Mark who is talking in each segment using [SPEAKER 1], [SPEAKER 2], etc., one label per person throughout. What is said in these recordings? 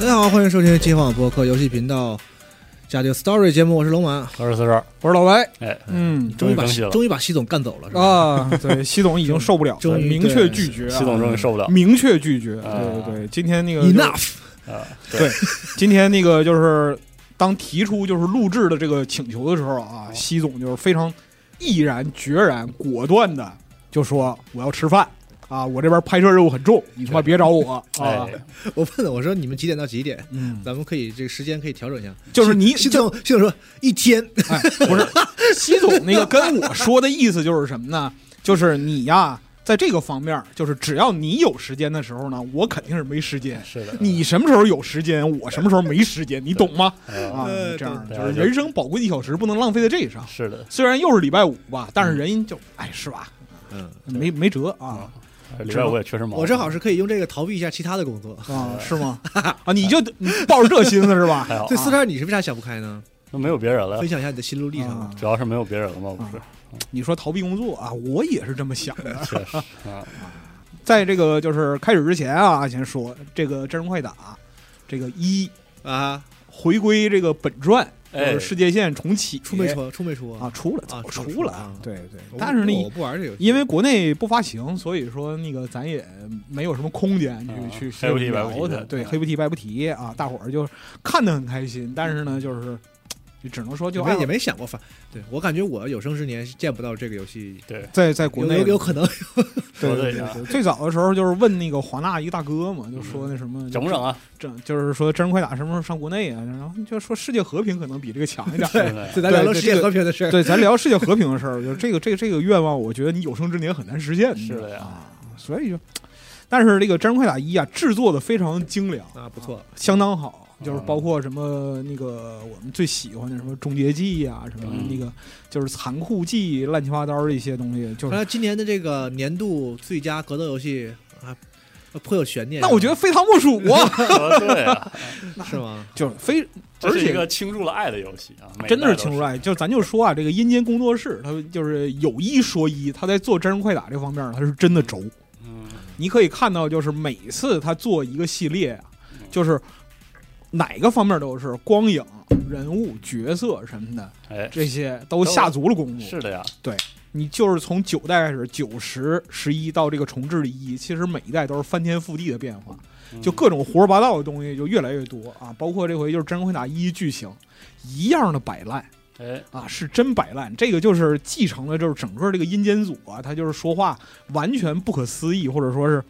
[SPEAKER 1] 大家好，欢迎收听金话播客游戏频道《加丢 Story》节目，我是龙马。
[SPEAKER 2] 我是四十，
[SPEAKER 3] 我是老白
[SPEAKER 2] 哎，
[SPEAKER 3] 嗯
[SPEAKER 1] 终于把
[SPEAKER 2] 更新了
[SPEAKER 1] 终于把西总干走了，是吧？
[SPEAKER 3] 啊， 对，西总已经受不了了，
[SPEAKER 1] 终于
[SPEAKER 3] 明确拒绝啊，
[SPEAKER 2] 系统终于受不了
[SPEAKER 3] 明确拒绝，
[SPEAKER 2] 啊
[SPEAKER 3] 对对对，今天那个就
[SPEAKER 1] Enough，
[SPEAKER 3] 嗯
[SPEAKER 2] 啊！
[SPEAKER 3] 对，今天那个就是当提出就是录制的这个请求的时候
[SPEAKER 2] 哦
[SPEAKER 3] 啊，西总就是非常毅然决然、果断的就说我要吃饭啊，我这边拍摄任务很重，你他妈别找我啊
[SPEAKER 2] 哎，，
[SPEAKER 1] 我问了，我说你们几点到几点？
[SPEAKER 3] 嗯，
[SPEAKER 1] 咱们可以这个时间可以调整一下。
[SPEAKER 3] 就 是你
[SPEAKER 1] 西总，西总说一天，
[SPEAKER 3] 哎，不是，西总那个跟我说的意思就是什么呢？ 就是你呀，在这个方面儿，就是只要你有时间的时候呢，我肯定是没时间。
[SPEAKER 2] 是的，
[SPEAKER 3] 你什么时候有时间，我什么时候没时间，你懂吗？
[SPEAKER 2] 啊
[SPEAKER 3] 啊
[SPEAKER 1] 对，
[SPEAKER 3] 这样
[SPEAKER 2] 对
[SPEAKER 3] 就是
[SPEAKER 2] 对就
[SPEAKER 3] 人生宝贵一小时，不能浪费在这上。
[SPEAKER 2] 是的，
[SPEAKER 3] 虽然又是礼拜五吧，但是人就哎是吧，
[SPEAKER 1] 嗯，
[SPEAKER 3] 没没辙啊
[SPEAKER 2] 礼拜五也确实忙，
[SPEAKER 1] 我正好是可以用这个逃避一下其他的工作。
[SPEAKER 3] 啊是吗？啊你
[SPEAKER 1] 哎
[SPEAKER 3] 就你抱着这心思是 吧？
[SPEAKER 2] 还好
[SPEAKER 1] 对，
[SPEAKER 3] 啊
[SPEAKER 1] 四十二，你是为啥想不开呢？
[SPEAKER 2] 那没有别人了
[SPEAKER 3] 哦
[SPEAKER 1] 分，享一下你的心路历程吧。
[SPEAKER 3] 啊
[SPEAKER 2] 主要是没有别人了嘛，不是？
[SPEAKER 3] 你说逃避工作啊，我也是这么想的。
[SPEAKER 2] 确 实啊，
[SPEAKER 3] 在这个就是开始之前啊，先说这个真人快打，这个一
[SPEAKER 1] 啊，
[SPEAKER 3] 回归这个本传，
[SPEAKER 2] 哎
[SPEAKER 3] 就是世界线重启，
[SPEAKER 1] 出没出？出没出
[SPEAKER 3] 啊？？出了，
[SPEAKER 1] 啊
[SPEAKER 3] 早
[SPEAKER 1] 出了
[SPEAKER 3] 出
[SPEAKER 1] 啊
[SPEAKER 3] 了，对对
[SPEAKER 1] 我。
[SPEAKER 3] 但是呢，
[SPEAKER 1] 我不玩这游戏，
[SPEAKER 3] 因为国内不发行，所以说那个咱也没有什么空间
[SPEAKER 2] 啊
[SPEAKER 3] 去去
[SPEAKER 2] 黑不提白不
[SPEAKER 3] 聊
[SPEAKER 2] 提
[SPEAKER 3] 它
[SPEAKER 2] 的，
[SPEAKER 3] 对，
[SPEAKER 2] 嗯
[SPEAKER 3] 黑不提白不提啊，大伙儿就看得很开心，但是呢，就是就只能说
[SPEAKER 1] 也
[SPEAKER 3] 就
[SPEAKER 1] 没
[SPEAKER 3] 按
[SPEAKER 1] 也没想过反。对我感觉我有生之年见不到这个游戏，
[SPEAKER 3] 在在国
[SPEAKER 1] 有
[SPEAKER 3] 内
[SPEAKER 1] 有有可能。
[SPEAKER 3] 对
[SPEAKER 2] 说
[SPEAKER 3] 对
[SPEAKER 2] 对
[SPEAKER 3] 对
[SPEAKER 2] 啊
[SPEAKER 3] 对，最早的时候就是问那个华纳一个大哥嘛，就说那什么
[SPEAKER 2] 整不整啊？
[SPEAKER 3] 整就是说真人快打什么时候上国内啊？然后就说世界和平可能比这个强一点
[SPEAKER 2] 对对
[SPEAKER 1] 对，咱聊聊
[SPEAKER 3] 对
[SPEAKER 1] 世界
[SPEAKER 3] 这个
[SPEAKER 1] 和平的事 儿。
[SPEAKER 3] 对，咱聊世界和平的事儿，就是这个这个这个愿望，我觉得你有生之年很难实现。
[SPEAKER 2] 是的呀
[SPEAKER 3] 啊，所以就，但是这个真人快打一啊，制作的非常精良，
[SPEAKER 1] 啊，不错，
[SPEAKER 3] 相当好。就是
[SPEAKER 2] 嗯
[SPEAKER 3] 包括什么那个我们最喜欢的什么终结技呀、什么
[SPEAKER 2] 嗯
[SPEAKER 3] 那个就是残酷技、乱七八糟的一些东西，就
[SPEAKER 1] 看
[SPEAKER 2] 哎
[SPEAKER 1] 来
[SPEAKER 3] 是
[SPEAKER 1] 今年的这个年度最佳格斗游戏啊，颇有悬念。
[SPEAKER 3] 那我觉得非常莫属 啊，
[SPEAKER 2] 啊对啊，
[SPEAKER 1] 是吗？
[SPEAKER 3] 就是非
[SPEAKER 2] 这
[SPEAKER 3] 而
[SPEAKER 2] 是一
[SPEAKER 3] 且
[SPEAKER 2] 个倾注了爱的游戏啊，每一代
[SPEAKER 3] 真的是
[SPEAKER 2] 都
[SPEAKER 3] 听出来，就咱就说啊，这个阴间工作室，他就是有一说一，他在做真人快打这方面，他是真的轴。
[SPEAKER 2] 嗯，
[SPEAKER 3] 你可以看到，就是每次他做一个系列啊
[SPEAKER 2] 嗯，
[SPEAKER 3] 就是哪个方面都是光影、人物、角色什么的，
[SPEAKER 2] 哎，
[SPEAKER 3] 这些都下足了功夫。
[SPEAKER 2] 是的呀，
[SPEAKER 3] 你就是从九代开始，九十、十一到这个重置的一，其实每一代都是翻天覆地的变化。
[SPEAKER 2] 嗯
[SPEAKER 3] 就各种胡说八道的东西就越来越多啊，包括这回就是《真人快打一》剧情一样的摆烂
[SPEAKER 2] 哎，
[SPEAKER 3] 啊，是真摆烂。这个就是继承了就是整个这个阴间组啊，他就是说话完全不可思议，或者说是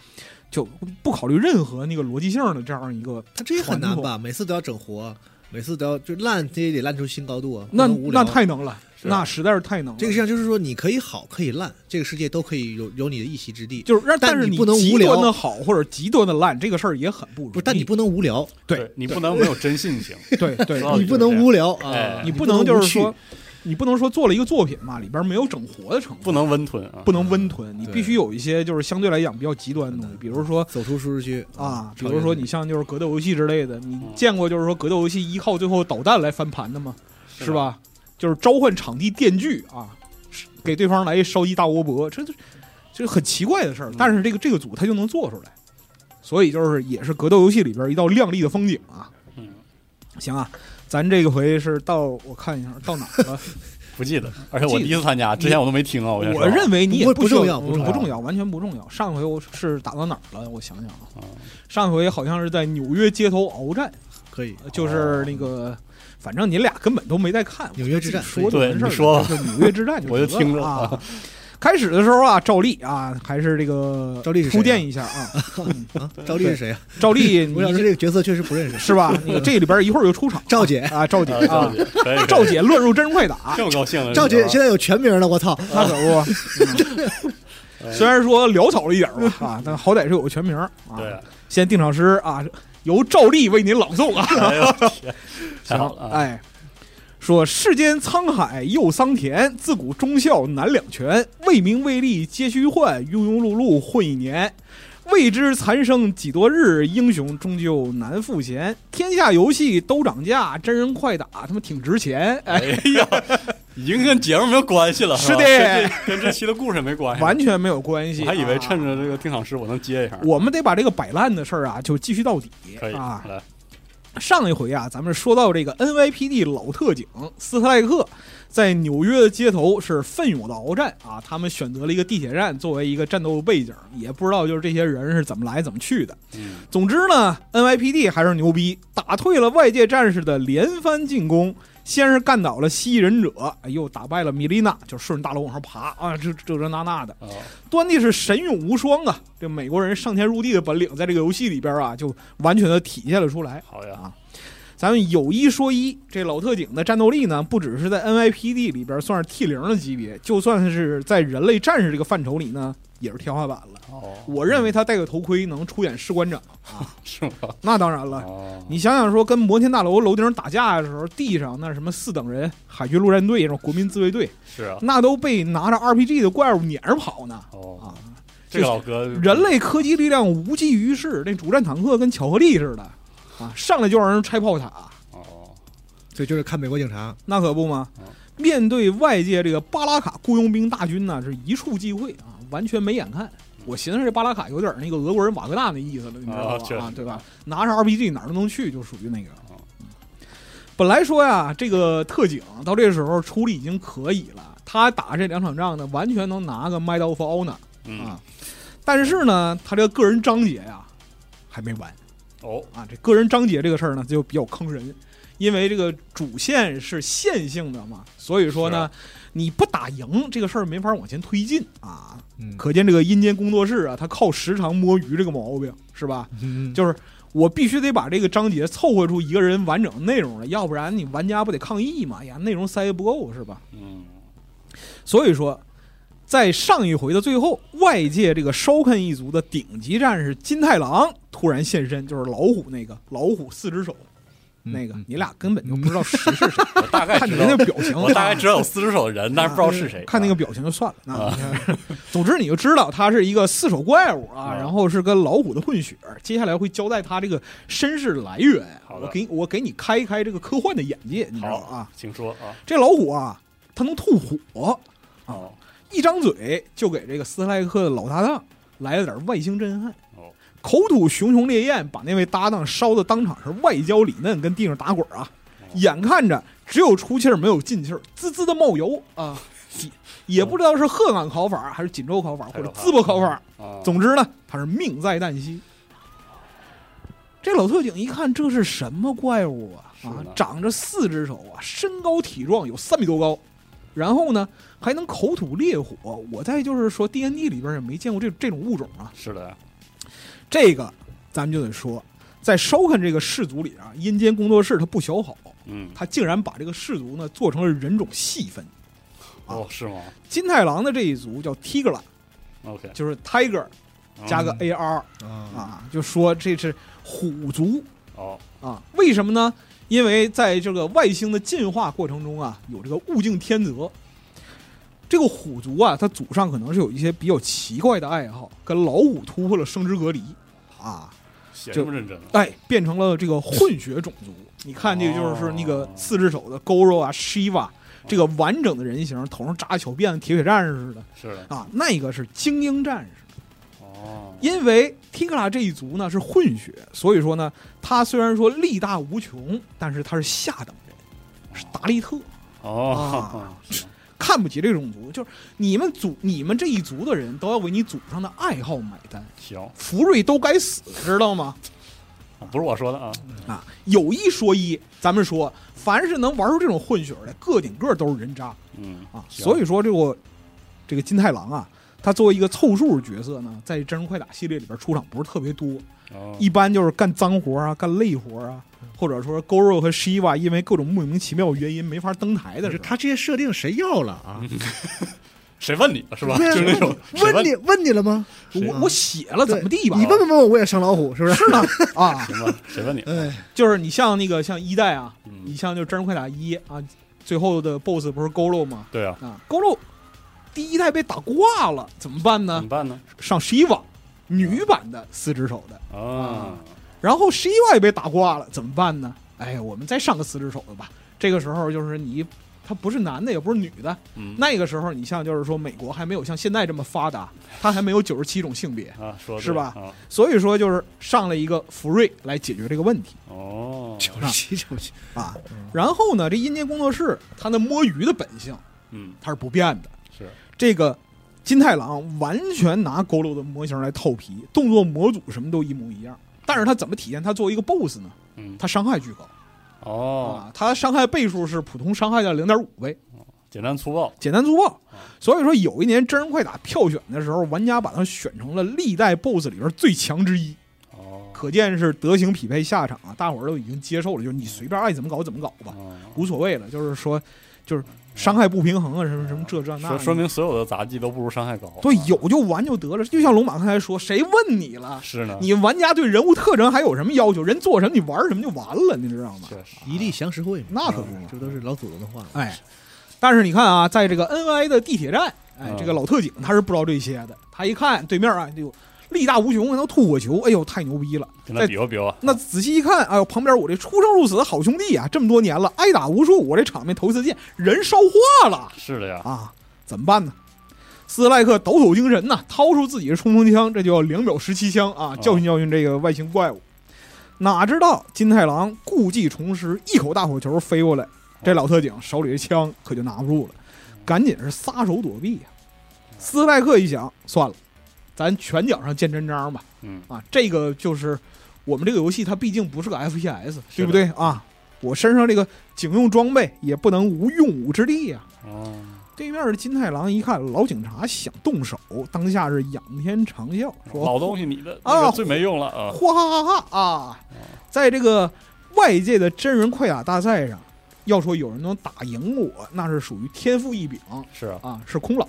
[SPEAKER 3] 就不考虑任何那个逻辑性的这样一个。
[SPEAKER 1] 他这也很难
[SPEAKER 3] 传
[SPEAKER 1] 吧？每次都要整活，每次都要就烂，这也得烂出新高度啊！
[SPEAKER 3] 那
[SPEAKER 1] 不能无聊
[SPEAKER 3] 那太能了，
[SPEAKER 2] 是
[SPEAKER 3] 那实在是太能了。
[SPEAKER 1] 这个实际上就是说，你可以好，可以烂，这个世界都可以有有你的一席之地。
[SPEAKER 3] 就是让，
[SPEAKER 1] 但
[SPEAKER 3] 但是
[SPEAKER 1] 你不能
[SPEAKER 3] 极
[SPEAKER 1] 无聊
[SPEAKER 3] 端的好或者极端的烂，这个事儿也很不容易。
[SPEAKER 1] 不是，但你不能无聊，
[SPEAKER 3] 对
[SPEAKER 2] 对你不能没有真性情，
[SPEAKER 3] 对对，
[SPEAKER 2] 说到 底
[SPEAKER 1] 你不
[SPEAKER 2] 就是这
[SPEAKER 1] 能
[SPEAKER 2] 样
[SPEAKER 1] 无聊啊
[SPEAKER 2] 哎！
[SPEAKER 3] 你
[SPEAKER 1] 不
[SPEAKER 3] 不能就是
[SPEAKER 1] 无
[SPEAKER 3] 说
[SPEAKER 1] 趣，，
[SPEAKER 3] 你不能说做了一个作品嘛，里边没有整活的成分，
[SPEAKER 2] 不能温吞啊，
[SPEAKER 3] 不能温吞，你
[SPEAKER 1] 对
[SPEAKER 3] 必须有一些就是相对来讲比较极端的东西，比如说
[SPEAKER 1] 走出舒适区
[SPEAKER 3] 啊，比
[SPEAKER 1] 超
[SPEAKER 3] 如
[SPEAKER 1] 越
[SPEAKER 3] 说
[SPEAKER 1] 自
[SPEAKER 3] 你
[SPEAKER 1] 己
[SPEAKER 3] 像就是格斗游戏之类的，你见过就是说格斗游戏依靠最后导弹来翻盘的吗？是
[SPEAKER 2] 的？
[SPEAKER 3] 吧？就是召唤场地电锯啊，是给对方来一烧鸡大窝脖，这这这很奇怪的事儿
[SPEAKER 2] 嗯。
[SPEAKER 3] 但是这个这个组他就能做出来，所以就是也是格斗游戏里边一道亮丽的风景啊。
[SPEAKER 2] 嗯，
[SPEAKER 3] 行啊，咱这个回是到我看一下到哪儿了。
[SPEAKER 2] 不记得，而且我第一次参加，之前我都没听啊，我先说
[SPEAKER 3] 我认为你也
[SPEAKER 1] 不
[SPEAKER 3] 需
[SPEAKER 1] 不重要
[SPEAKER 3] 要，
[SPEAKER 1] 不重
[SPEAKER 2] 要
[SPEAKER 3] 不重要，完全不重要。上回我是打到哪儿了？我想想啊
[SPEAKER 2] 嗯，
[SPEAKER 3] 上回好像是在纽约街头鏖战，
[SPEAKER 1] 可以
[SPEAKER 3] 就是那个，反正你俩根本都没在看。
[SPEAKER 1] 纽约之战
[SPEAKER 3] 说
[SPEAKER 2] 对
[SPEAKER 3] 就完
[SPEAKER 2] 你
[SPEAKER 3] 事儿
[SPEAKER 2] 说
[SPEAKER 3] 了，
[SPEAKER 2] 吧
[SPEAKER 3] 就是纽约之战就
[SPEAKER 2] 我就
[SPEAKER 3] 行了
[SPEAKER 2] 听着
[SPEAKER 3] 啊。开始的时候啊，赵丽啊，还是这个
[SPEAKER 1] 赵丽是谁啊
[SPEAKER 3] 铺垫一下啊，嗯
[SPEAKER 1] 啊！赵丽是谁啊？
[SPEAKER 3] 赵丽
[SPEAKER 1] 我想说
[SPEAKER 3] 你
[SPEAKER 1] 这个角色确实不认识。
[SPEAKER 3] 是吧？ 那个这里边一会儿就出场
[SPEAKER 1] 赵姐，
[SPEAKER 3] 啊，赵姐
[SPEAKER 2] 啊，赵
[SPEAKER 3] 啊，
[SPEAKER 2] 姐，可以，
[SPEAKER 3] 赵
[SPEAKER 2] 可以
[SPEAKER 3] 姐乱入真人快打，
[SPEAKER 2] 这么高兴了，
[SPEAKER 1] 赵姐
[SPEAKER 2] 是
[SPEAKER 1] 现在
[SPEAKER 2] 吧
[SPEAKER 1] 有全名了，我操！
[SPEAKER 3] 那可 不。
[SPEAKER 2] 哎
[SPEAKER 3] 嗯虽然说潦草了一点儿吧，啊，但好歹是有个全名儿啊。
[SPEAKER 2] 对啊，
[SPEAKER 3] 先定场诗啊，由赵丽为您朗诵啊。
[SPEAKER 2] 哎呦天太好了啊，
[SPEAKER 3] 行哎，说世间沧海又桑田，自古忠孝难两全。为名为利皆虚幻，庸庸碌碌混一年。未知残生几多日，英雄终究难复闲。天下游戏都涨价，真人快打他妈挺值钱。哎，
[SPEAKER 2] 哎呀，已经跟节目没有关系了，
[SPEAKER 3] 是
[SPEAKER 2] 吧
[SPEAKER 3] 的
[SPEAKER 2] 跟这跟这期的故事没关系。
[SPEAKER 3] 完全没有关系。
[SPEAKER 2] 我还以为趁
[SPEAKER 3] 啊
[SPEAKER 2] 着这个定场诗我能接一下。
[SPEAKER 3] 我们得把这个摆烂的事儿啊，就继续到底
[SPEAKER 2] 可以
[SPEAKER 3] 啊。
[SPEAKER 2] 来，
[SPEAKER 3] 上一回啊，咱们说到这个 NYPD 老特警斯特赖克在纽约的街头是奋勇的鏖战啊，他们选择了一个地铁站作为一个战斗背景，也不知道就是这些人是怎么来怎么去的。
[SPEAKER 2] 嗯
[SPEAKER 3] 总之呢，NYPD 还是牛逼，打退了外界战士的连番进攻。先是干倒了蜥蜴忍者，哎呦，打败了米莉娜，就顺着大楼往上爬啊，这这这那那的，
[SPEAKER 2] 哦，
[SPEAKER 3] 端地是神勇无双啊！这美国人上天入地的本领，在这个游戏里边啊，就完全的体现了出来。
[SPEAKER 2] 好呀，
[SPEAKER 3] 咱们有一说一，这老特警的战斗力呢，不只是在 NYPD 里边算是 T 零的级别，就算是在人类战士这个范畴里呢，也是天花板了。
[SPEAKER 2] 哦，
[SPEAKER 3] 我认为他戴个头盔能出演士官长，
[SPEAKER 2] 是吗？
[SPEAKER 3] 那当然了。
[SPEAKER 2] 哦，
[SPEAKER 3] 啊你想想说，跟摩天大楼楼顶打架的时候，地上那什么四等人、海军陆战队、那种国民自卫队，
[SPEAKER 2] 是啊，
[SPEAKER 3] 那都被拿着 RPG 的怪物撵着跑呢。
[SPEAKER 2] 哦
[SPEAKER 3] 啊，
[SPEAKER 2] 这个老哥，
[SPEAKER 3] 人类科技力量无济于事，那主战坦克跟巧克力似的啊，上来就让人拆炮塔，
[SPEAKER 2] 哦，
[SPEAKER 1] 所以就是看美国警察，
[SPEAKER 3] 那可不嘛
[SPEAKER 2] 嗯。
[SPEAKER 3] 面对外界这个巴拉卡雇佣兵大军呢，是一触即溃啊，完全没眼看。我寻思这巴拉卡有点那个俄国人瓦格纳那意思了，你知道
[SPEAKER 2] 啊确
[SPEAKER 3] 吧？啊
[SPEAKER 2] 实，
[SPEAKER 3] 对吧？拿着 RPG 哪儿都能去，就属于那个
[SPEAKER 2] 哦。
[SPEAKER 3] 本来说呀，这个特警到这时候出力已经可以了，他打这两场仗呢，完全能拿个麦刀夫欧呢。
[SPEAKER 2] 嗯
[SPEAKER 3] 啊，但是呢，他这个个人章节呀、还没完
[SPEAKER 2] 哦，
[SPEAKER 3] 啊。这个人章节这个事儿呢，就比较坑人，因为这个主线是线性的嘛，所以说呢，你不打赢这个事儿没法往前推进啊。
[SPEAKER 1] 嗯，
[SPEAKER 3] 可见这个阴间工作室啊，他靠时常摸鱼这个毛病是吧？
[SPEAKER 1] 嗯
[SPEAKER 3] 就是我必须得把这个章节凑合出一个人完整的内容来，要不然你玩家不得抗议嘛？哎呀，内容塞不够是吧？
[SPEAKER 2] 嗯，
[SPEAKER 3] 所以说，在上一回的最后，外界这个烧看一族的顶级战士金太郎突然现身，就是老虎那个老虎四只手、
[SPEAKER 1] 嗯
[SPEAKER 3] 那个
[SPEAKER 1] 嗯，
[SPEAKER 3] 你俩根本就不知道谁是谁，
[SPEAKER 2] 我大 概
[SPEAKER 3] 看
[SPEAKER 2] 知
[SPEAKER 3] 你
[SPEAKER 2] 道
[SPEAKER 3] 那，个表情，
[SPEAKER 2] 我大概知道有四只手的人，但是不知道是谁。
[SPEAKER 3] 看那个表情就算了。
[SPEAKER 2] 啊
[SPEAKER 3] 那， 总之你就知道他是一个四手怪物啊，
[SPEAKER 2] 啊
[SPEAKER 3] 然后是跟老虎的混血。接下来会交代他这个身世来源啊
[SPEAKER 2] 好，的
[SPEAKER 3] 我给我给你开一开这个科幻的眼界，你知道啊
[SPEAKER 2] 好？，请说啊。
[SPEAKER 3] 这老虎啊，它能吐火。啊
[SPEAKER 2] 哦
[SPEAKER 3] 一张嘴就给这个斯特莱克的老搭档来了点外星震撼，
[SPEAKER 2] 哦，
[SPEAKER 3] 口吐熊熊烈焰，把那位搭档烧的当场是外焦里嫩，跟地上打滚啊！眼看着只有出气儿没有进气儿，滋滋的冒油啊！也也不知道是鹤岗烤法还是锦州烤法或者淄博烤法，
[SPEAKER 2] 啊，
[SPEAKER 3] 总之呢，他是命在旦夕。这老特警一看，这是什么怪物啊？
[SPEAKER 2] 是
[SPEAKER 3] 啊
[SPEAKER 2] 呢，
[SPEAKER 3] 长着四只手啊，身高体壮有三米多高，然后呢还能口吐烈火。我再就是说，D N D 里边也没见过这这种物种啊。
[SPEAKER 2] 是的，
[SPEAKER 3] 这个咱们就得说，在烧看这个氏族里啊，阴间工作室它不小好，
[SPEAKER 2] 嗯，
[SPEAKER 3] 它竟然把这个氏族呢做成了人种细分。啊
[SPEAKER 2] 哦，是吗
[SPEAKER 3] 金太郎的这一族叫 Tigra，
[SPEAKER 2] ？OK，
[SPEAKER 3] 就是 Tiger 加个
[SPEAKER 1] 嗯
[SPEAKER 3] A R
[SPEAKER 1] 啊，
[SPEAKER 3] 啊，就说这是虎族。
[SPEAKER 2] 哦，
[SPEAKER 3] 啊。为什么呢？因为在这个外星的进化过程中啊，有这个物竞天择。这个虎族啊，它祖上可能是有一些比较奇怪的爱好，跟老虎突破了生殖隔离啊，
[SPEAKER 2] 写
[SPEAKER 3] 就
[SPEAKER 2] 这么认真了。
[SPEAKER 3] 哎，变成了这个混血种族。你看，这个就是那个四只手的 Goro 啊、Shiva 这个完整的人形，头上扎小辫子，铁血战士似的
[SPEAKER 2] 是的，
[SPEAKER 3] 啊，那个是精英战士。
[SPEAKER 2] 哦，
[SPEAKER 3] 因为 Tikla 这一族呢是混血，所以说呢，他虽然说力大无穷，但是他是下等人，是达利特，
[SPEAKER 2] 哦，
[SPEAKER 3] 啊
[SPEAKER 2] 是吗
[SPEAKER 3] 看不起这种族。就是你们祖、你们这一族的人都要为你祖上的爱好买单，
[SPEAKER 2] 行，
[SPEAKER 3] 福瑞都该死，知道吗？
[SPEAKER 2] 啊不是我说的啊。
[SPEAKER 3] 啊，有一说一，咱们说，凡是能玩出这种混血的，个顶个都是人渣
[SPEAKER 2] 嗯
[SPEAKER 3] 啊。
[SPEAKER 2] 行
[SPEAKER 3] 所以说，这个这个金太郎啊，他作为一个凑数角色呢，在真人快打系列里边出场不是特别多。
[SPEAKER 2] 哦
[SPEAKER 3] 一般就是干脏活啊，干累活啊，
[SPEAKER 1] 嗯
[SPEAKER 3] 或者说 Goro 和 Shiva 因为各种莫名其妙原因没法登台的
[SPEAKER 1] 但是
[SPEAKER 3] 时候，
[SPEAKER 1] 他这些设定谁要了啊？
[SPEAKER 2] 谁问你了是吧？
[SPEAKER 1] 对啊
[SPEAKER 2] 就是那种谁
[SPEAKER 1] 问你问你了吗？
[SPEAKER 2] 谁
[SPEAKER 3] 我我写了怎么地吧？
[SPEAKER 1] 啊你问不问我，我也上老虎，是不是？
[SPEAKER 3] 是呢 啊，
[SPEAKER 2] 行吧？谁问你？
[SPEAKER 1] 哎，
[SPEAKER 3] 就是你像那个像一代啊，你
[SPEAKER 2] 嗯，
[SPEAKER 3] 像就《真人快打一》啊，最后的 BOSS 不是 Goro 吗？
[SPEAKER 2] 对啊，
[SPEAKER 3] 啊，Goro 第一代被打挂了，怎么办
[SPEAKER 2] 怎
[SPEAKER 3] 呢
[SPEAKER 1] 嗯
[SPEAKER 2] 么？办呢？
[SPEAKER 3] 上 Shiva 女版的四只手的，
[SPEAKER 2] 啊，
[SPEAKER 3] 然后 Shiva 也被打挂了，怎么办呢？哎，我们再上个四只手的吧。这个时候就是你它不是男的，也不是女的。
[SPEAKER 2] 嗯
[SPEAKER 3] 那个时候，你像就是说，美国还没有像现在这么发达，它还没有九十七种性别，
[SPEAKER 2] 啊，说得
[SPEAKER 3] 是吧
[SPEAKER 2] 对啊，
[SPEAKER 3] 所以说就是上了一个福瑞来解决这个问题
[SPEAKER 2] 哦，
[SPEAKER 1] 九十七九七，
[SPEAKER 3] 啊。然后呢，这阴间工作室它的摸鱼的本性
[SPEAKER 2] 嗯，
[SPEAKER 3] 它是不变的。
[SPEAKER 2] 是，
[SPEAKER 3] 这个金太郎完全拿佝偻的模型来套皮，动作模组什么都一模一样。但是他怎么体现他作为一个 BOSS 呢？
[SPEAKER 2] 嗯，
[SPEAKER 3] 他伤害巨高
[SPEAKER 2] 哦，
[SPEAKER 3] 啊，他伤害倍数是普通伤害的零点五倍。
[SPEAKER 2] 简单粗暴，
[SPEAKER 3] 简单粗暴。所以说，有一年真人快打票选的时候，玩家把它选成了历代 BOSS 里边最强之一，
[SPEAKER 2] 哦，
[SPEAKER 3] 可见是德行匹配下场啊！大伙儿都已经接受了，就是你随便爱怎么搞怎么搞吧，
[SPEAKER 2] 哦
[SPEAKER 3] 无所谓了。就是说，就是伤害不平衡啊，什么什么这这那
[SPEAKER 2] 说
[SPEAKER 3] 的。
[SPEAKER 2] 说明所有的杂技都不如伤害高，
[SPEAKER 3] 对
[SPEAKER 2] 啊，
[SPEAKER 3] 有就完就得了。就像龙马刚才说，谁问你了？
[SPEAKER 2] 是呢，
[SPEAKER 3] 你玩家对人物特征还有什么要求？人做什么你玩什么就完了，你知道吗？
[SPEAKER 2] 确实，
[SPEAKER 1] 一粒降十会嘛，
[SPEAKER 3] 那可不嘛
[SPEAKER 1] 这都是老祖宗的话。
[SPEAKER 3] 哎，但是你看啊，在这个 N Y 的地铁站，哎
[SPEAKER 2] 嗯，
[SPEAKER 3] 这个老特警他是不知道这些的。他一看对面啊，就力大无穷，能吐火球，哎呦，太牛逼了！
[SPEAKER 2] 跟他
[SPEAKER 3] 在
[SPEAKER 2] 比划比划，
[SPEAKER 3] 那仔细一看，哎呦，旁边我这出生入死的好兄弟啊，这么多年了，挨打无数，我这场面头一次见，人烧化了
[SPEAKER 2] 是的呀，
[SPEAKER 3] 啊，怎么办呢？斯莱克抖擞精神呐、掏出自己的冲锋枪，这就要两秒十七枪啊，
[SPEAKER 2] 哦
[SPEAKER 3] 教训教训这个外星怪物。哪知道金太郎故技重施，一口大火球飞过来，
[SPEAKER 2] 哦
[SPEAKER 3] 这老特警手里的枪可就拿不住了，赶紧是撒手躲避呀、斯莱克一想，算了，咱拳脚上见真章吧。
[SPEAKER 2] 嗯，
[SPEAKER 3] 啊，这个就是我们这个游戏，它毕竟不是个 FPS，
[SPEAKER 2] 是
[SPEAKER 3] 对
[SPEAKER 2] 的
[SPEAKER 3] 不对啊？我身上这个警用装备也不能无用武之地呀、
[SPEAKER 2] 哦，
[SPEAKER 3] 对面的金太郎一看老警察想动手，当下是仰天长啸，说：“
[SPEAKER 2] 老东西你的
[SPEAKER 3] 啊哦
[SPEAKER 2] 那个最没用了啊，
[SPEAKER 3] 哗哈哈哈啊！在这个外界的真人快打大赛上，要说有人能打赢我，那是属于天赋异禀
[SPEAKER 2] 是啊，
[SPEAKER 3] 啊，是空老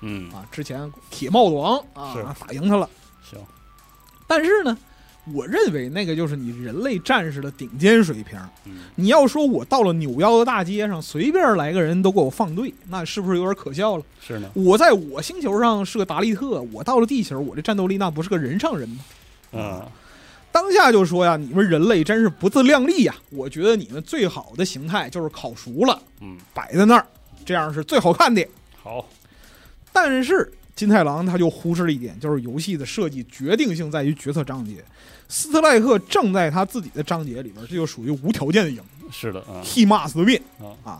[SPEAKER 2] 嗯，
[SPEAKER 3] 啊，之前铁帽子王啊打赢他了。
[SPEAKER 2] 行，
[SPEAKER 3] 但是呢，我认为那个就是你人类战士的顶尖水平。
[SPEAKER 2] 嗯，
[SPEAKER 3] 你要说我到了扭腰的大街上，随便来个人都给我放队，那是不是有点可笑了？
[SPEAKER 2] 是呢，
[SPEAKER 3] 我在我星球上是个达利特，我到了地球，我这战斗力那不是个人上人吗？
[SPEAKER 2] 嗯，
[SPEAKER 3] 当下就说呀，你们人类真是不自量力呀！我觉得你们最好的形态就是烤熟了，
[SPEAKER 2] 嗯，
[SPEAKER 3] 摆在那儿，这样是最好看的。
[SPEAKER 2] 好，
[SPEAKER 3] 但是金太郎他就忽视了一点，就是游戏的设计决定性在于决策章节。斯特赖克正在他自己的章节里边，这就属于无条件的赢
[SPEAKER 2] 是的，嗯，
[SPEAKER 3] ，he must win
[SPEAKER 2] 啊
[SPEAKER 3] 啊！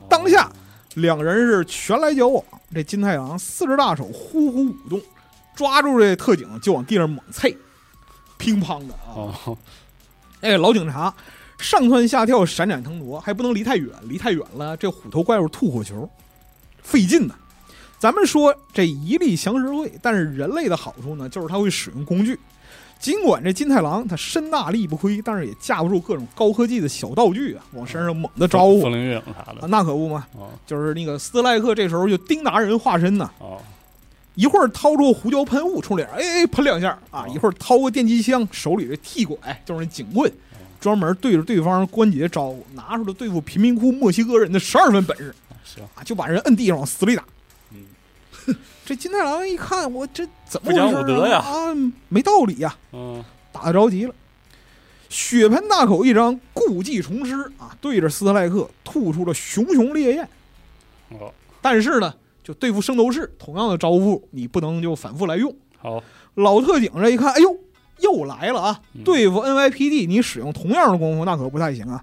[SPEAKER 2] 哦
[SPEAKER 3] 当下两人是拳来脚往，这金太郎四只大手呼呼舞动，抓住这特警就往地上猛踹，乒乓的啊！
[SPEAKER 2] 哦，
[SPEAKER 3] 哎，老警察上蹿下跳，闪展腾挪，还不能离太远，离太远了，这虎头怪物吐火球，费劲呢。咱们说这一力降十会，但是人类的好处呢，就是它会使用工具。尽管这金太郎他身大力不亏，但是也架不住各种高科技的小道具啊，往身上猛的 招呼
[SPEAKER 2] 风铃月影啥
[SPEAKER 3] 啊，
[SPEAKER 2] 的，
[SPEAKER 3] 那可不嘛。
[SPEAKER 2] 哦
[SPEAKER 3] 就是那个斯莱克这时候就丁达人化身呐、
[SPEAKER 2] 哦，
[SPEAKER 3] 一会儿掏出胡椒喷雾冲脸，哎哎喷两下啊！
[SPEAKER 2] 哦哎
[SPEAKER 3] 一会儿掏个电击枪，手里这剃拐就是那警棍，专门对着对方关节招呼，拿出了对付贫民窟墨西哥人的十二分本事
[SPEAKER 2] 哦行，
[SPEAKER 3] 啊，就把人摁地上往死里打。
[SPEAKER 2] 嗯，
[SPEAKER 3] 这金太郎一看，我这怎么
[SPEAKER 2] 不讲
[SPEAKER 3] 回事啊
[SPEAKER 2] 武德呀
[SPEAKER 3] 啊，没道理呀、
[SPEAKER 2] 嗯，
[SPEAKER 3] 打得着急了。血盆大口一张，故技重施啊，对着斯特赖克吐出了熊熊烈焰。
[SPEAKER 2] 哦，
[SPEAKER 3] 但是呢，就对付圣斗士同样的招呼，你不能就反复来用。
[SPEAKER 2] 好，
[SPEAKER 3] 老特警这一看，哎呦，又来了啊！
[SPEAKER 2] 嗯
[SPEAKER 3] 对付 NYPD，你使用同样的功夫，那可不太行啊。